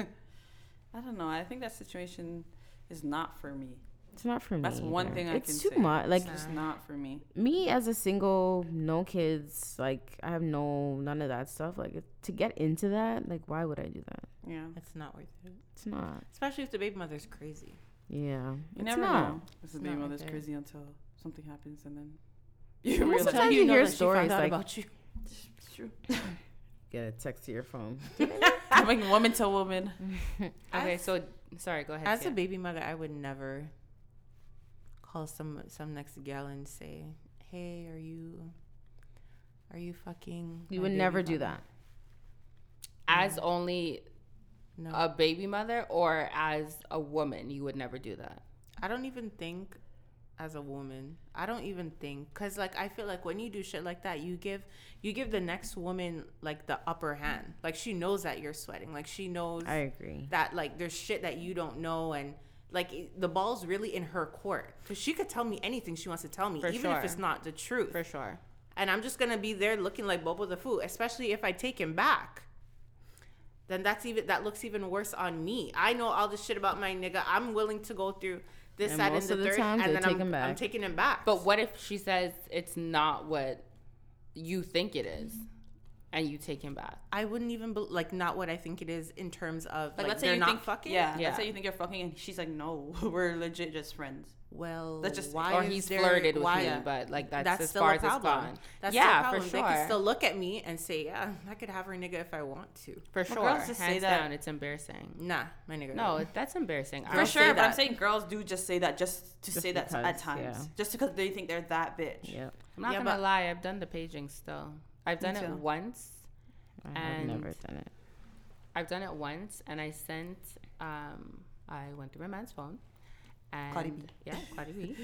I don't know. I think that situation is not for me.
It's not for me.
That's one
either.
thing I
it's
can
too
say.
much. Like
It's just not for me.
me as a single, no kids. Like I have no none of that stuff. Like to get into that, like why would I do that?
Yeah.
it's not worth it.
It's not.
Especially if the baby mother's crazy.
Yeah,
You
it's
never
not.
know. This is
It's
baby
not
mother's
right there.
crazy until something happens and then [LAUGHS] you
Well,
realize
sometimes you hear stories like-
about you. [LAUGHS]
it's true.
Get a text to your phone.
Coming woman to woman.
Okay,
As-
so sorry, go ahead.
As a
Sia.
baby mother, I would never call some some next gal and say, "Hey, are you are you fucking?"
You
my
would
baby
never do
father?"
that.
as only
No,
a baby mother or as a woman you would never do that
I don't even think as a woman. I don't even think cuz like I feel like when you do shit like that, you give you give the next woman like the upper hand. Like she knows that you're sweating. Like she knows
I agree.
that like there's shit that you don't know and like it- the ball's really in her court because she could tell me anything she wants to tell me,
For
even if it's
sure.
not the truth.
for sure.
and I'm just gonna be there looking like Bobo the Fool, especially if I take him back. Then that's even that looks even worse on me. I know all this shit about my nigga. I'm willing to go through this
And
side
most
and the
of the
third,
times
and
they
then
take
I'm,
him
I'm
back.
taking him back.
But what if she says it's not what you think it is, and you take him back?
I wouldn't even be, like not what I think it is in terms of like,
Like, let's say
they're
you
not
think
fucking.
Yeah,
Yeah.
Let's say you think you're fucking, and she's like, no, [LAUGHS] we're legit just friends.
Well,
That's just-
why
Or
is
he's
there-
flirted with
why-
me, but like that's,
that's
as
still
far
a
as it's
problem.
gone.
That's
yeah,
still a problem.
for sure,
They can still look at me and say, "Yeah, I could have her nigga if I want to."
for
Well,
sure.
girls just say
Hands
that-
down, it's embarrassing.
Nah, my nigga.
No, it- that's embarrassing. I
For
don't-
say
sure, but I'm
that.
saying girls do just say that just to
Just
say that at
because,
times,
yeah.
just because they think they're that bitch.
Yep.
I'm not
Yeah,
gonna
but-
lie. I've done the paging still. I've done it
too.
once.
I
And-
have never done it.
I've done it once, and I sent. Um, I went through my man's phone, and
Cardi B.
yeah, Cardi B,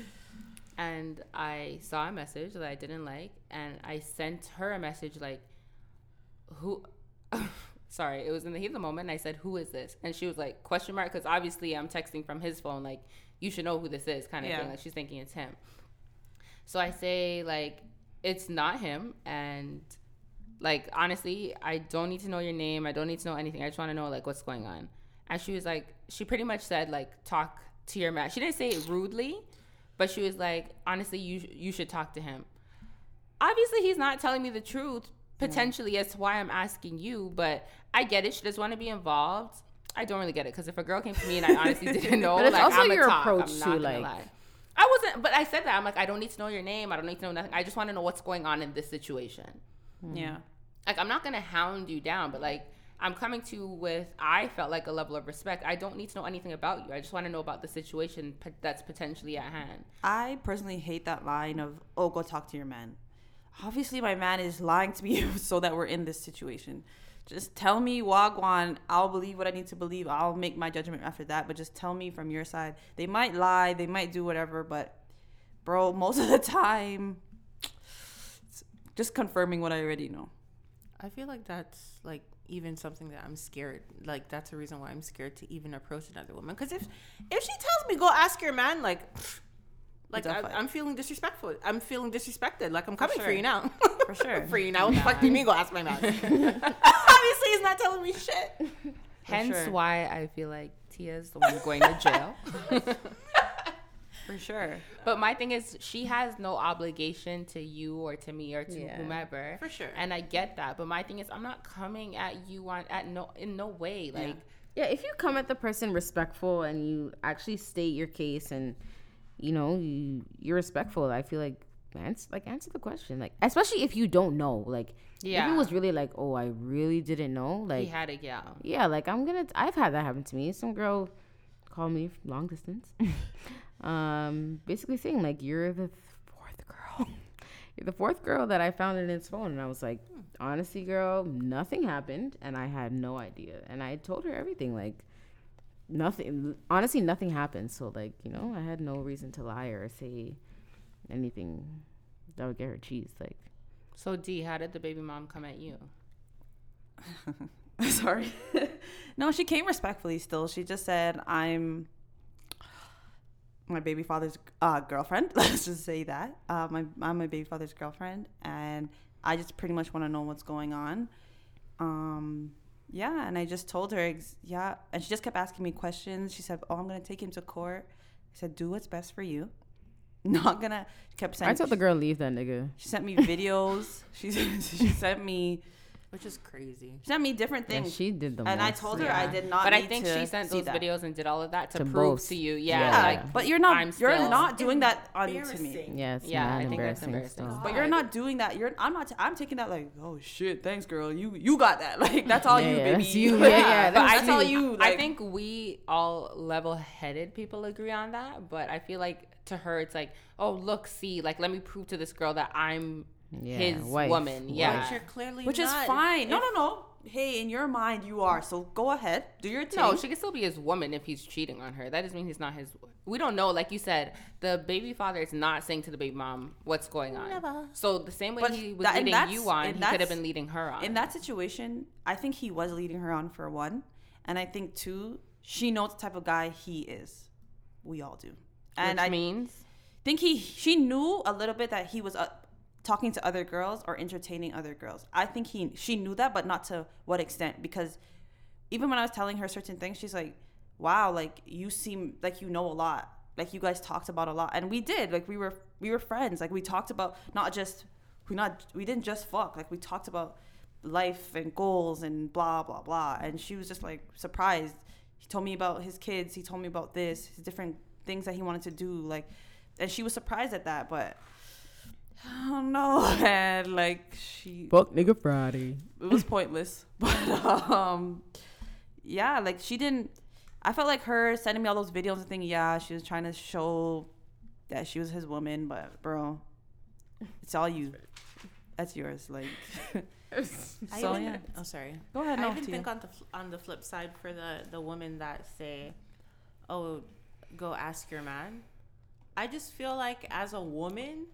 and I saw a message that I didn't like, and I sent her a message like, "Who?" [LAUGHS] Sorry, it was in the heat of the moment. And I said, "Who is this?" And she was like, "Question mark?" Because obviously I'm texting from his phone, like, "You should know who this is," kind of
Yeah.
thing. Like she's thinking it's him. So I say like, "It's not him," and like honestly i don't need to know your name i don't need to know anything i just want to know like what's going on and she was like she pretty much said like talk to your man she didn't say it rudely but she was like honestly you sh- you should talk to him obviously he's not telling me the truth potentially as to why i'm asking you but i get it she does want to be involved i don't really get it because if a girl came to me and i
[LAUGHS]
honestly didn't know
But it's
like
also
i'm
your
a talk,
approach
i'm
to,
not gonna
like-
lie i wasn't but i said that i'm like i don't need to know your name i don't need to know nothing i just want to know what's going on in this situation
Yeah.
like I'm not gonna hound you down, but like I'm coming to you with I felt like a level of respect. I don't need to know anything about you. I just want to know about the situation po- that's potentially at hand.
I personally hate that line of, oh, go talk to your man. Obviously, my man is lying to me [LAUGHS] so that we're in this situation. Just tell me Wagwan. I'll believe what I need to believe. I'll make my judgment after that. But just tell me from your side. They might lie, they might do whatever, but bro, [LAUGHS] most of the time, it's just confirming what I already know.
I feel like that's like even something that I'm scared. Like that's a reason why I'm scared to even approach another woman. Because if if she tells me go ask your man, like, like
It's a
I,
fight.
I'm feeling disrespectful. I'm feeling disrespected. Like I'm coming for,
sure.
you now. [LAUGHS]
For sure.
for you now. What the fuck do you mean go ask my man? [LAUGHS] Obviously he's not telling me shit.
Hence
sure.
why I feel like Tia's the one going to
[LAUGHS]
jail.
For sure.
but my thing is, she has no obligation to you or to me or to
Yeah.
whomever.
For sure.
And I get that, but my thing is, I'm not coming at you on at no in no way. Like
Yeah, if you come at the person respectful and you actually state your case and you know you you're respectful, I feel like answer like answer the question, like especially if you don't know, like if
Yeah.
it was really like oh I really didn't know, like
he had a gal.
yeah, like I'm gonna. I've had that happen to me. Some girl called me from long distance, [LAUGHS] um, basically saying like, "You're the th- fourth girl. [LAUGHS] You're the fourth girl that I found in his phone." And I was like, "Honestly, girl, nothing happened, and I had no idea." And I told her everything, like nothing. Honestly, nothing happened. So like, you know, I had no reason to lie or say anything that would get her cheese. Like,
So D, how did the baby mom come at you?
[LAUGHS] Sorry. no, she came respectfully still. She just said, I'm my baby father's uh, girlfriend. [LAUGHS] Let's just say that. Uh, my, I'm my baby father's girlfriend. And I just pretty much want to know what's going on. Um, yeah. And I just told her, ex- yeah. And she just kept asking me questions. She said, Oh, I'm going to take him to court. I said, Do what's best for you. [LAUGHS] Not going to. kept
I
sending.
told the girl leave that nigga.
she sent me videos. [LAUGHS] she, she sent me
Which is crazy.
she sent me different
And
things.
she did the
And I
most.
told her I did not.
But I
need
think
to
she sent
see
those
that.
videos and did all of that to,
To
prove
both.
to you, yeah,
Yeah.
like
but you're not.
I'm
you're
still-
not doing that onto me.
Embarrassing.
Yeah, it's
Yeah,
mad
I think that's
embarrassing. still.
embarrassing.
But you're not doing that. You're. I'm not. I'm taking that like, oh shit, thanks, girl. You you got that. [LAUGHS] Like that's all
Yeah,
you,
yeah,
baby.
that's
[LAUGHS]
you.
Like,
Yeah, yeah,
But
that's
I tell
you.
you.
I
like-
think we all level-headed people agree on that, but I feel like to her it's like, oh look, see, like let me prove to this girl that I'm
Yeah,
his
wife,
woman. Yeah,
Which you're clearly
which
not.
is fine. No, no, no. Hey, in your mind, you are. So go ahead, do your
[LAUGHS]
thing.
no, she can still be his woman if he's cheating on her. That doesn't mean he's not his. We don't know. Like you said, the baby father is not saying to the baby mom what's going on. So the same way
But
he was
that- and
leading
that's-
you on,
and
he could have
that's-
been leading her on.
in that situation, I think he was leading her on for one, and I think two, she knows the type of guy he is. we all do.
And
And
Which
I
means
think he she knew a little bit that he was uh, talking to other girls or entertaining other girls. I think he she knew that, but not to what extent because even when I was telling her certain things, she's like, "Wow, like you seem like you know a lot. Like you guys talked about a lot." And we did. Like we were we were friends. Like we talked about not just we not we didn't just fuck. Like we talked about life and goals and blah blah blah. And she was just like surprised. He told me about his kids. He told me about this, his different things that he wanted to do. Like, and she was surprised at that, but. I don't know, [LAUGHS] man. Like she
Fuck nigga Friday.
it was pointless. [LAUGHS] But um, yeah, like she didn't. I felt like her sending me all those videos and thinking, yeah, she was trying to show that she was his woman, but bro, it's all you. That's yours.
[LAUGHS]
Like, so
I even,
yeah.
Oh, sorry.
Go ahead.
I
No,
even
Tia.
think on the fl- on the flip side for the the women that say, "Oh, go ask your man." I just feel like as a woman,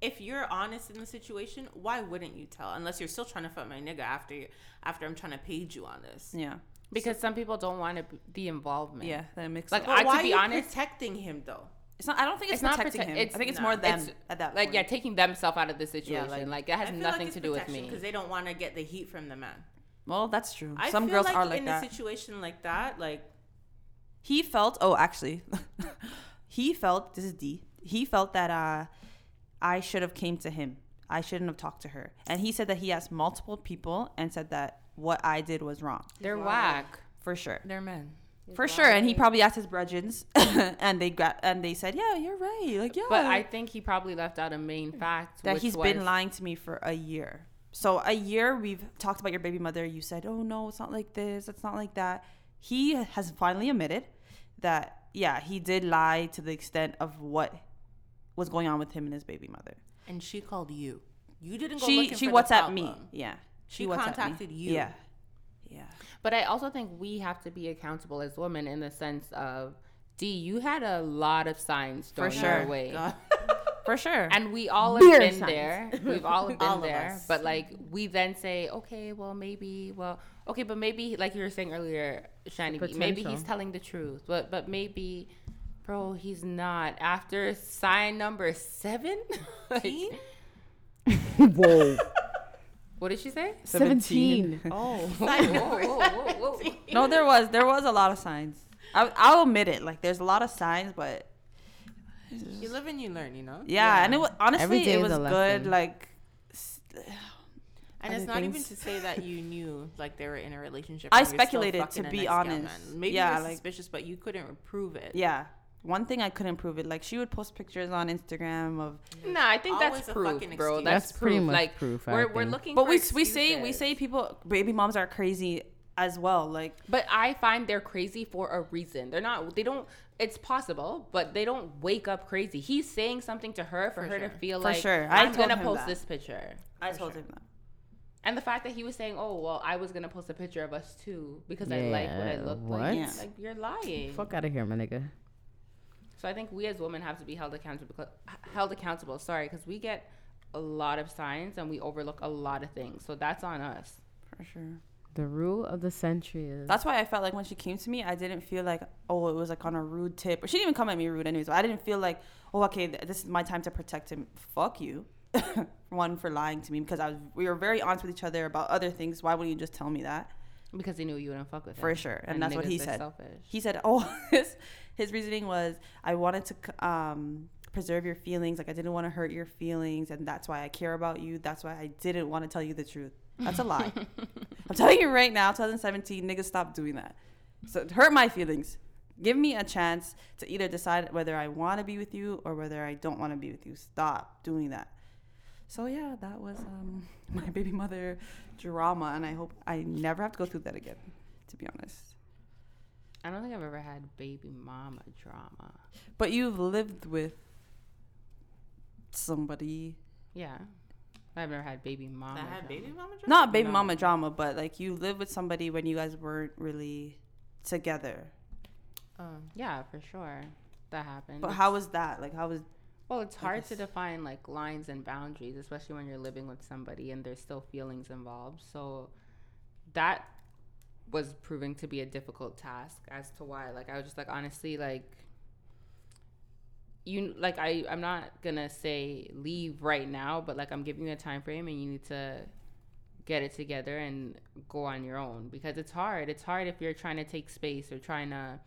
if you're honest in the situation, why wouldn't you tell? Unless you're still trying to fuck my nigga after you, after I'm trying to page you on this.
yeah,
because some people don't want to, the involvement.
yeah. That makes
Like,
like
But
I- to
why
be
are you
honest-
protecting him though?
it's not. I don't think
it's
it's,
not
protecting
protect-
him.
it's-
I think it's
no,
more them
it's-
at that
Like
point.
yeah, taking themselves out of the situation.
like-
like, that has
I feel
nothing
like
to do with me.
because they don't want to get the heat from the man.
Well, that's true.
I
Some
feel
girls
like
are like
in
that.
a situation like that, like
he felt oh actually [LAUGHS] he felt this is d he felt that uh i should have came to him i shouldn't have talked to her and he said that he asked multiple people and said that what i did was wrong
They're whack.
for sure
They're men.
for sure and he probably asked his brudgeons [LAUGHS] and they got and they said yeah you're right like yeah
But I think he probably left out a main fact
Mm. that
which
he's
was-
been lying to me for a year. So a year we've talked about your baby mother. You said, "Oh no, it's not like this. It's not like that." He has finally admitted that yeah, he did lie to the extent of what was going on with him and his baby mother.
and she called you. You didn't go
She
looking
she
for
what's
the
at me.
problem.
Yeah.
She
WhatsApped me.
contacted you.
Yeah. Yeah.
But I also think we have to be accountable as women in the sense of D, you had a lot of signs thrown
sure.
your way. [LAUGHS]
For sure.
And we all have
Beer
been
signs. [LAUGHS]
there. We've all been
All of
there.
us.
But like we then say, okay, well maybe, well, okay, but maybe like you were saying earlier, Shani, B, maybe
potential.
he's telling the truth, but but maybe, bro, he's not. After sign number seven, [LAUGHS] like,
[LAUGHS]
[LAUGHS]
Whoa.
what did she [LAUGHS] say?
Seventeen.
Oh,
Whoa, whoa, whoa, [LAUGHS] whoa.
no, there was there was a lot of signs. I I'll admit it. Like there's a lot of signs, but
you live and you learn, you know.
yeah, and it was honestly
day
it
is
was
a
good
lesson.
like s-
And
other
it's not even
things.
to say that you knew like they were in a relationship. and
I
you're still
speculated, to
fucking a
be
nice guy,
honest.
man. Maybe
Yeah,
you're
like-
suspicious, but you couldn't prove it.
Yeah. One thing I couldn't prove it. Like she would post pictures on Instagram of
No, I think
Always
that's
a
proof,
fucking
bro.
excuse.
That's,
That's
proof.
pretty much
like
proof, I
we're we're
think.
looking,
But
for
we we say we
excuses.
say people baby moms are crazy as well. Like
But I find they're crazy for a reason. They're not. They don't. It's possible, but they don't wake up crazy. He's saying something to her for,
For
her to
sure.
feel
For
like
sure. I
I'm
told
gonna
him
post
that.
this picture.
I told him that.
And the fact that he was saying, "Oh well, I was gonna post a picture of us too because I like what I
Yeah,
look
what?
like."
Yeah.
Like you're lying.
Fuck out of here, my nigga.
So I think we as women have to be held accountable. Held accountable. Sorry, because we get a lot of signs and we overlook a lot of things. So that's on us.
For sure.
The rule of the century is
That's why I felt like when she came to me, I didn't feel like oh it was like on a rude tip. Or she didn't even come at me rude anyways. But I didn't feel like oh okay th- this is my time to protect him. Fuck you. [LAUGHS] One for lying to me because I was, we were very honest with each other about other things. Why wouldn't you just tell me that?
Because he knew you wouldn't fuck with him.
For sure. And that's what
niggas
he
is
said.
Selfish.
he said oh [LAUGHS] his, his reasoning was i wanted to c- um, preserve your feelings like i didn't want to hurt your feelings and that's why i care about you that's why i didn't want to tell you the truth that's a lie i'm telling you right now 2017 niggas stop doing that so it hurt my feelings give me a chance to either decide whether i want to be with you or whether i don't want to be with you stop doing that so yeah that was um, [LAUGHS] my baby mother drama and i hope i never have to go through that again to be honest
I don't think I've ever had baby mama drama.
But you've lived with somebody.
Yeah. I've never had baby mama.
That had
drama.
baby mama drama?
Not baby
No.
mama drama, but like you lived with somebody when you guys weren't really together.
Um,
Yeah, for sure. That happened.
But how was that? Like how was
well, it's hard to
guess-
define like lines and boundaries, especially when you're living with somebody and there's still feelings involved. So that was proving to be a difficult task as to why. Like I was just like honestly like you like I I'm not gonna say leave right now, but like I'm giving you a time frame, and you need to get it together and go on your own because it's hard. It's hard if you're trying to take space or trying to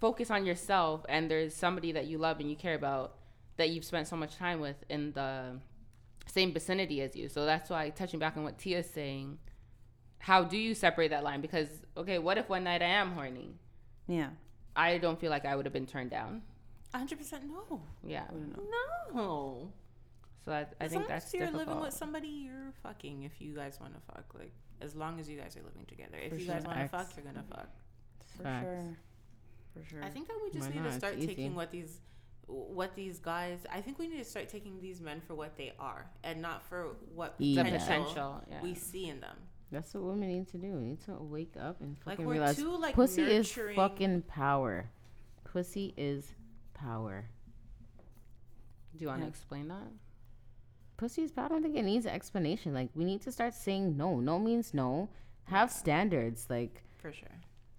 focus on yourself and there's somebody that you love and you care about that you've spent so much time with in the same vicinity as you. So that's why touching back on what Tia's saying, how do you separate that line? Because okay, what if one night I am horny?
Yeah.
I don't feel like I would have been turned down.
100% no.
Yeah.
No.
So I, I
as
think
long
that's
as you're
difficult.
living with somebody, you're fucking if you guys want to fuck. Like, as long as you guys are living together. If
For
you
sure.
guys want to
Facts.
fuck, you're going to fuck.
For
Facts.
sure. For sure.
I think that we just
Why
need
not?
to
It's
start
easy.
taking what these what these guys I think we need to start taking these men for what they are and not for what
The
the
potential,
potential. Yeah.
we see in them.
That's what women need to do. We need to wake up and
Like
fucking
we're
realize
too like
pussy
nurturing.
is fucking power. Pussy is power.
do you want to
Yeah.
explain that?
Pussy is power. I don't think it needs an explanation. Like we need to start saying no. No means no. Have standards. Like
for sure.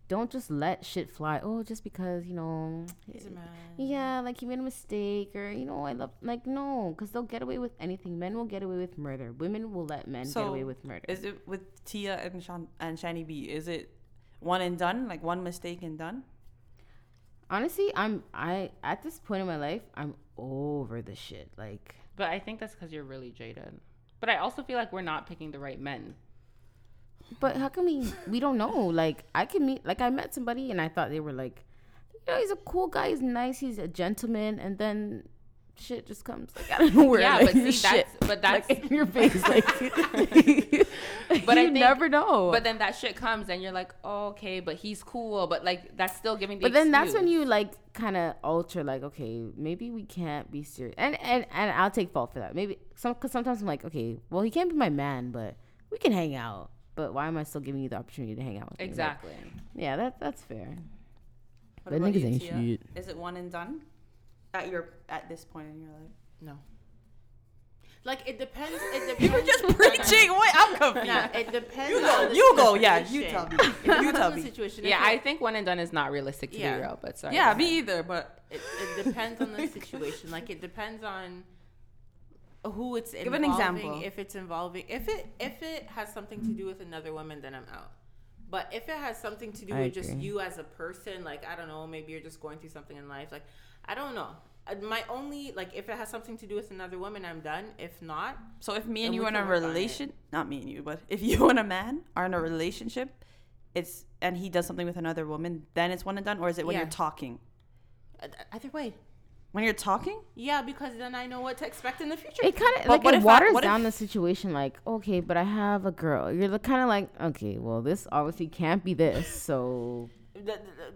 don't just let shit fly. Oh, just because you know.
He's a man.
Yeah, like he made a mistake, or you know, I love like no, because they'll get away with anything. Men will get away with murder. Women will let men get
So,
away with murder.
Is it with Tia and Shan- and Shani B? Is it one and done? Like one mistake and done?
Honestly, I'm I at this point in my life, I'm over the shit. Like
But I think that's because you're really jaded. But I also feel like we're not picking the right men.
But how come we we don't know? Like I can meet like I met somebody and I thought they were like, you know, he's a cool guy, he's nice, he's a gentleman, and then shit just comes like out of [LAUGHS] nowhere.
yeah,
like,
[LAUGHS]
but see,
this
that's
shit,
but that's
like, in your face, like.
[LAUGHS] But
but [LAUGHS]
I
you
think-
never know.
but
But,
then that shit comes and you're like, oh, okay, but he's cool, but like that's still giving. The
then that's when
excuse.
you like kind of alter, like, okay, maybe we can't be serious, and and and I'll take fault for that. Maybe some because sometimes I'm like, okay, well, he can't be my man, but we can hang out. But why am I still giving you the opportunity to hang out with me? Like,
exactly.
yeah, that that's fair.
What
Them
about
niggas
you,
ain't
Tia?
shit.
Is it one and done? At your at this point in your life. [LAUGHS]
No. Like it depends it depends on-
Wait, I'm [LAUGHS] confused.
[LAUGHS] Nah, it depends
You go.
on the
You go. Yeah, you
situation.
tell me.
It depends
You tell
on the
me.
situation. If
Yeah,
you're-
I think one and done is not realistic to
Yeah.
be real. But sorry.
[LAUGHS] Yeah, me either. But
It, it depends on the situation. Like it depends on who it's
Give
involving.
an example.
If it's involving, if it if it has something to do with another woman, then I'm out. But if it has something to do
I
with just
agree.
you as a person, like I don't know, maybe you're just going through something in life. Like I don't know. Uh, My only like if it has something to do with another woman, I'm done. If not,
so if me and,
And
you
we
are in a
can work on it.
relation, not me and you, but if [LAUGHS] you and a man are in a relationship, it's and he does something with another woman, then it's one and done, or is it when
Yeah.
you're talking?
uh, either way,
When you're talking,
yeah, because then I know what to expect in the future.
It kind of
But
like
what
it
if I-
waters
what
down
if-
the situation. Like, okay, but I have a girl. You're kind of like, okay, well, this obviously can't be this. So,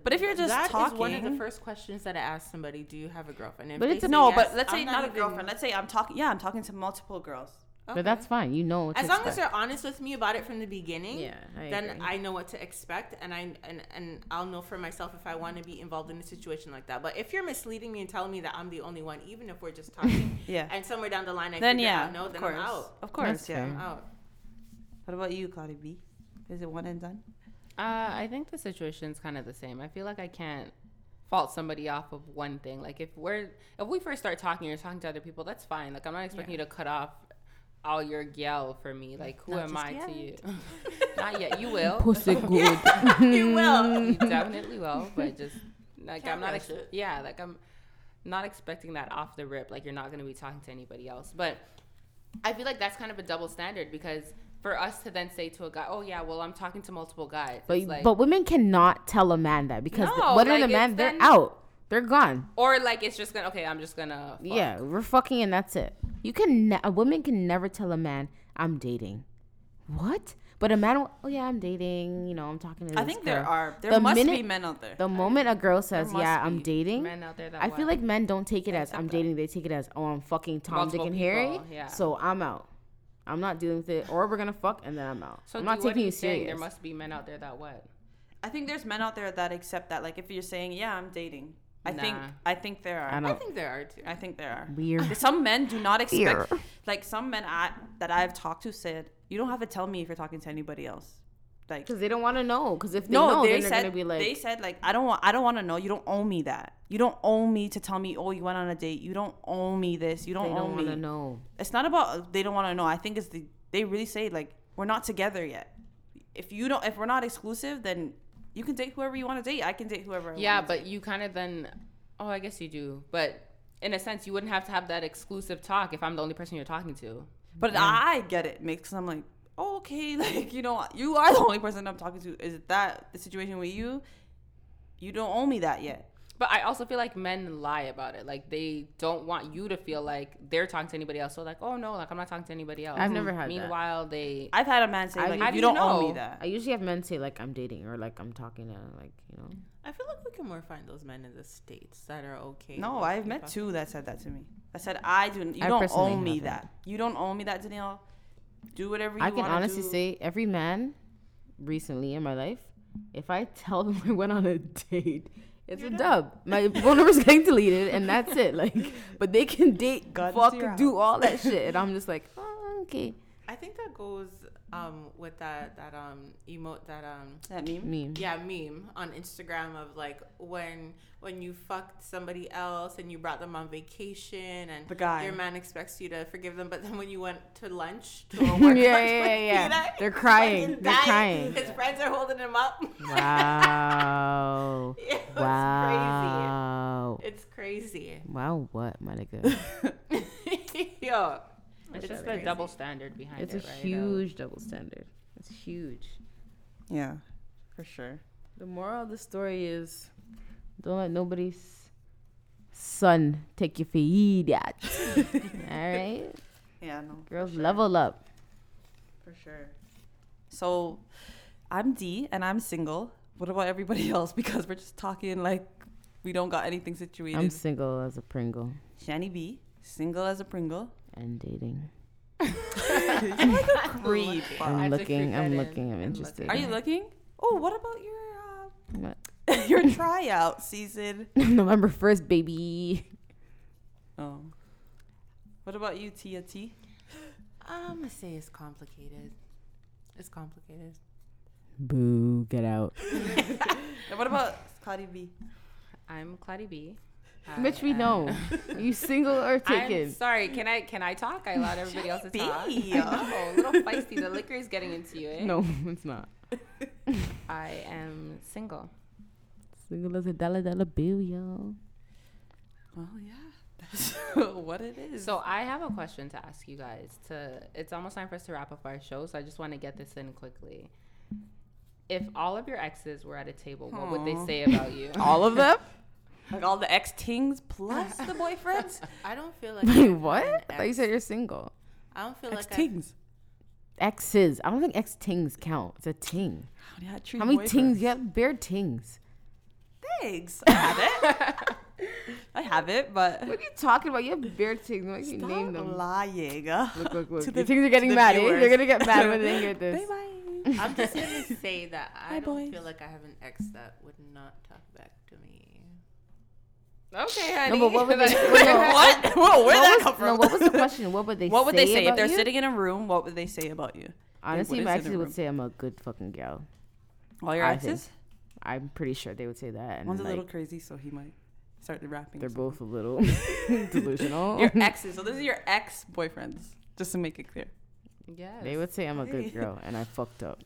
But if you're just
That is one of the
talking-
first questions that I ask somebody: Do you have a girlfriend? If
But
they
it's a-
say
no.
yes,
but let's say
I'm
not, a
even-
girlfriend. Let's say I'm talking. Yeah, I'm talking to multiple girls.
Okay.
but that's fine. You know, what to
as long as
expect.
they're honest with me about it from the beginning.
Yeah, I
then
agree.
I know what to expect, and I and, and I'll know for myself if I want to be involved in a situation like that. But if you're misleading me and telling me that I'm the only one, even if we're just
[LAUGHS]
talking, [LAUGHS]
Yeah.
and somewhere down the line I
then
figure
yeah,
out no,
of
then
course,
I'm out.
of course,
That's
yeah.
fair.
I'm out.
What about you, Claudia B? Is it one and done?
Uh, I think the situation's kind of the same. I feel like I can't fault somebody off of one thing. Like if we're if we first start talking, you're talking to other people. That's fine. Like I'm not expecting you to cut off all your yell for me. Like who
Not
am
just
I to you?
yet. [LAUGHS]
not yet. You will.
Pussy good. [LAUGHS]
you will.
you [LAUGHS] definitely will, but just like
Can't
I'm not,
rush
ex-
it.
yeah, like I'm not expecting that off the rip. Like you're not going to be talking to anybody else. But I feel like that's kind of a double standard because for us to then say to a guy, oh yeah, well I'm talking to multiple guys,
But
it's like,
but women cannot tell a man that because th-
No,
what are
like,
the
it's
men? They're
then-
out. They're gone.
or like it's just gonna okay, I'm just gonna fuck.
Yeah, we're fucking and that's it. You can ne- a woman can never tell a man I'm dating. What? But a man, will, oh yeah, I'm dating. You know, I'm talking to.
I
this
think there
girl."
are. There
The
must be
minute-
men out there.
The moment a girl says,
must
"Yeah, I'm
be
dating,"
men out there that
I feel like men don't take it as
accept
I'm
that.
dating. They take it as oh I'm fucking Tom,
Multiple
Dick, and Harry.
people, yeah.
So I'm out. I'm not dealing with it, or we're gonna fuck and then I'm out.
So
I'm
do-
not
what
taking
are
you,
saying?
serious.
There must be men out there that what?
I think there's men out there that accept that. Like if you're saying, "Yeah, I'm dating," I think
Nah.
I think there
I
are.
I
don't.
think there are two.
I think there are.
Weird.
Some men do not expect.
Here.
Like some men I, that I've talked to said, "You don't have to tell me if you're talking to anybody else. like
because they don't want to know. Because if they
no,
know,
they
then they're
said
gonna be like,
they said like I don't want I don't want to know. You don't owe me that. You don't owe me to tell me oh you went on a date. You don't owe me this. You don't
they
owe
don't want to
me.
know.
It's not about they don't want to know. I think it's the they really say like we're not together yet. If you don't if we're not exclusive then you can date whoever you want to date. I can date whoever. I
Yeah,
wanna
but you kind of then, oh, I guess you do. But in a sense, you wouldn't have to have that exclusive talk if I'm the only person you're talking to.
But I get it mixed. 'cause I'm like, oh, okay, [LAUGHS] like you know, you are the only person I'm talking to. Is that the situation with you? You don't owe me that yet.
But I also feel like men lie about it. Like they don't want you to feel like they're talking to anybody else. So like, oh no, like I'm not talking to anybody else.
I've never had that.
Meanwhile, they
I've had a man say
I-
like,
How
you,
do
you
don't owe
know?
me that.
I usually have men say like I'm dating or like I'm talking to like you know.
I feel like we can more find those men in the states that are okay.
No,
with
I've
keep
met
up.
two that said that to me. I said I do. You
I
don't
personally
owe me
haven't.
that. You don't owe me that, Danielle. Do whatever you
I
want.
can honestly
do.
say every man recently in my life, if I [LAUGHS] tell them I went on a date, it's a dub. My phone number's getting deleted, and that's it. Like, but they can date,
Guns
fuck,
your
do all that shit, and I'm just like, oh, okay,
I think that goes um with that that um emote that um
that meme.
meme.
yeah meme on Instagram of like when when you fucked somebody else and you brought them on vacation and
The guy.
your man expects you to forgive them, but then when you went to lunch
[LAUGHS]
to
yeah,
a
yeah, yeah,
work
yeah.
[LAUGHS]
They're crying. They're crying.
His friends are holding him up.
[LAUGHS]
[LAUGHS]
Wow.
It was
wow.
crazy. It's crazy. [LAUGHS]
Wow, what, my nigga?
Yo.
it's
It's
just the
crazy.
double standard behind
It's a
it. right? Um,
huge double standard. It's huge.
Yeah, for sure.
The moral of the story is don't let nobody's son take you for
[LAUGHS]
idiot. All right?
Yeah, no. for
Girls,
sure.
level up.
For sure. So I'm D and I'm single. What about everybody [LAUGHS] else? Because we're just talking like we don't got anything situated.
I'm single as a Pringle
Shani B, single as a Pringle.
and dating.
Creep.
I
I'm
had to
looking.
creep
I'm
that
looking.
in.
I'm
I'm
interested.
Are you looking? Oh, what about your
[LAUGHS] What? [LAUGHS]
uh, [LAUGHS] your tryout season?
November 1st, baby.
Oh. What about you, Tia T?
I'm gonna say it's complicated. It's complicated.
Boo, get out.
And what about Cardi B?
I'm Claudia B.
[LAUGHS]
I
Mitch, we
am-
know.
[LAUGHS]
Are you single or
Uh, I'm
taken?
sorry. Can I can I talk? I allowed
[LAUGHS]
everybody else to talk.
B.
Oh, a little feisty. The liquor is getting into you. eh?
No, [LAUGHS] it's not.
I am single.
Single as a dollar dollar bill,
[LAUGHS]
yo.
Well, [LAUGHS] yeah. That's what it is.
So I have a question to ask you guys. To it's almost time for us to wrap up our show, so I just want to get this in quickly. If all of your exes were at a table, what would
Aw.
they say about you?
[LAUGHS] All of them?
like all the ex tings plus the boyfriends.
I don't
[LAUGHS]
feel like I've
Wait,
had
what?
an
I thought you
ex-
said you're single.
I don't feel
ex
like I've-
tings.
Exes. I don't think ex tings count. It's a ting.
How
How many tings? You have bare tings.
Thanks. I have it. I have it, but
What are you talking about? You have bare tings. Why you name them?
lying.
Look, look, look.
[LAUGHS]
Your
To the-
tings are
to
getting
the
mad, eh?
viewers.
They're gonna get mad when [LAUGHS] they hear this.
Bye-bye.
I'm just gonna say
[LAUGHS]
that I
Hi,
don't
boys.
feel like I have an ex that would not talk back to me.
[LAUGHS] okay, honey.
but what [LAUGHS]
[LAUGHS]
would they-
Like-
what- no,
What? Whoa, where'd that
was,
come from?
No, what was the question? What would they
What
say?
would they say if
about
they're
you?
sitting in a room? What would they say about you?
Honestly,
what
my
is in
exes
a
would
room?
say I'm a good fucking gal.
All your
I
exes?
I'm pretty sure they would say that. And
One's a
like,
little crazy, so he might start the rapping.
they're
or something.
both a [LAUGHS] little delusional. [LAUGHS]
your exes. So this is your ex boyfriends, just to make it clear.
yes.
They would say I'm a good girl and I fucked up.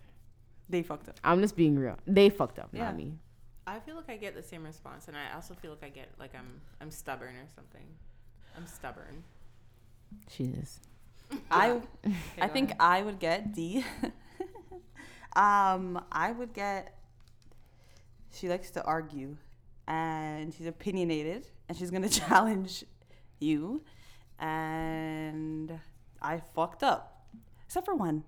They fucked up.
I'm just being real. They fucked up,
Yeah.
not me.
I feel like I get the same response, and I also feel like I get like I'm I'm stubborn or something. I'm stubborn.
Jesus.
I
[LAUGHS] Okay,
I
go
think
ahead.
I would get D. [LAUGHS] um, I would get. She likes to argue, and she's opinionated, and she's gonna [LAUGHS] challenge you, and I fucked up, except for one.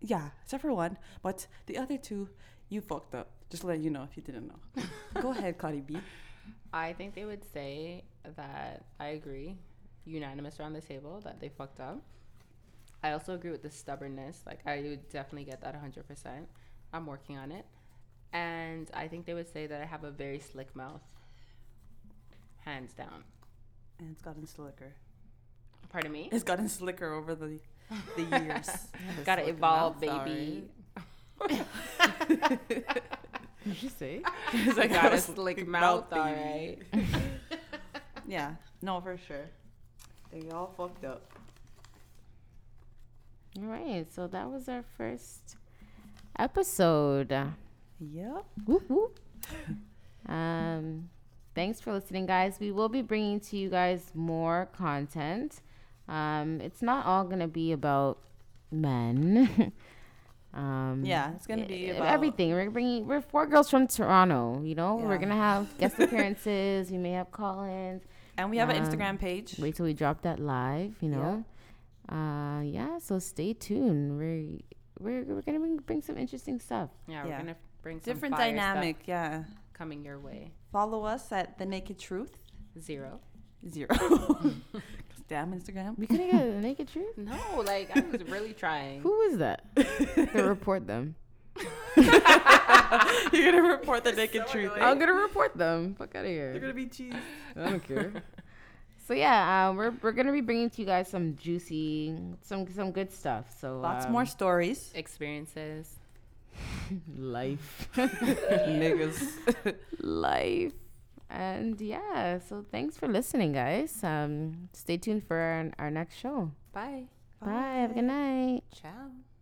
Yeah, except for one, but the other two, you fucked up. Just to let you know if you
[LAUGHS]
didn't know. Go ahead, Cardi B.
I think they would say that I agree, unanimous around the table, that they fucked up. I also agree with the stubbornness. Like, I would definitely get that 100%. I'm working on it. And I think they would say that I have a very slick mouth. Hands down.
And it's gotten slicker.
Pardon me? [LAUGHS]
It's gotten slicker over the the years.
Gotta
slick
evolve,
mouth,
baby.
Did [LAUGHS] you say?
[LAUGHS] Because I got a like mouth, all right.
Yeah. No, for sure. They all fucked up.
All right. So that was our first episode.
Yep.
Whoop, whoop. Um, thanks for listening, guys. We will be bringing to you guys more content. Um, it's not all gonna be about men. [LAUGHS] um,
Yeah, it's gonna be
e-
about-
everything. We're bringing we're four girls from Toronto. You know,
Yeah.
we're gonna
[LAUGHS]
have guest appearances. we may have call-ins.
And we have an
Um,
Instagram page.
Wait till we drop that live. You
Yeah.
know. Uh, yeah. So stay tuned. We're we're, we're gonna bring, bring some interesting stuff.
Yeah, we're
Yeah.
gonna bring some
Different
fire stuff
dynamic. Yeah.
coming your way.
Follow us at The Naked Truth
Zero.
Zero. [LAUGHS] Damn Instagram.
We gonna get
[LAUGHS]
a naked truth.
No, like I was really trying.
Who is that? they
[LAUGHS]
report them.
You're gonna report The Naked Truth.
I'm gonna report them. Fuck out of here.
gonna be cheese.
I don't care. [LAUGHS] so yeah, uh, we're we're gonna be bringing to you guys some juicy, some some good stuff. So
Lots
um,
more stories.
Experiences.
[LAUGHS] life,
[LAUGHS] Niggas.
[LAUGHS] life, and yeah. So thanks for listening, guys. Um, stay tuned for our, our next show.
Bye.
Bye. Have a good night.
Ciao.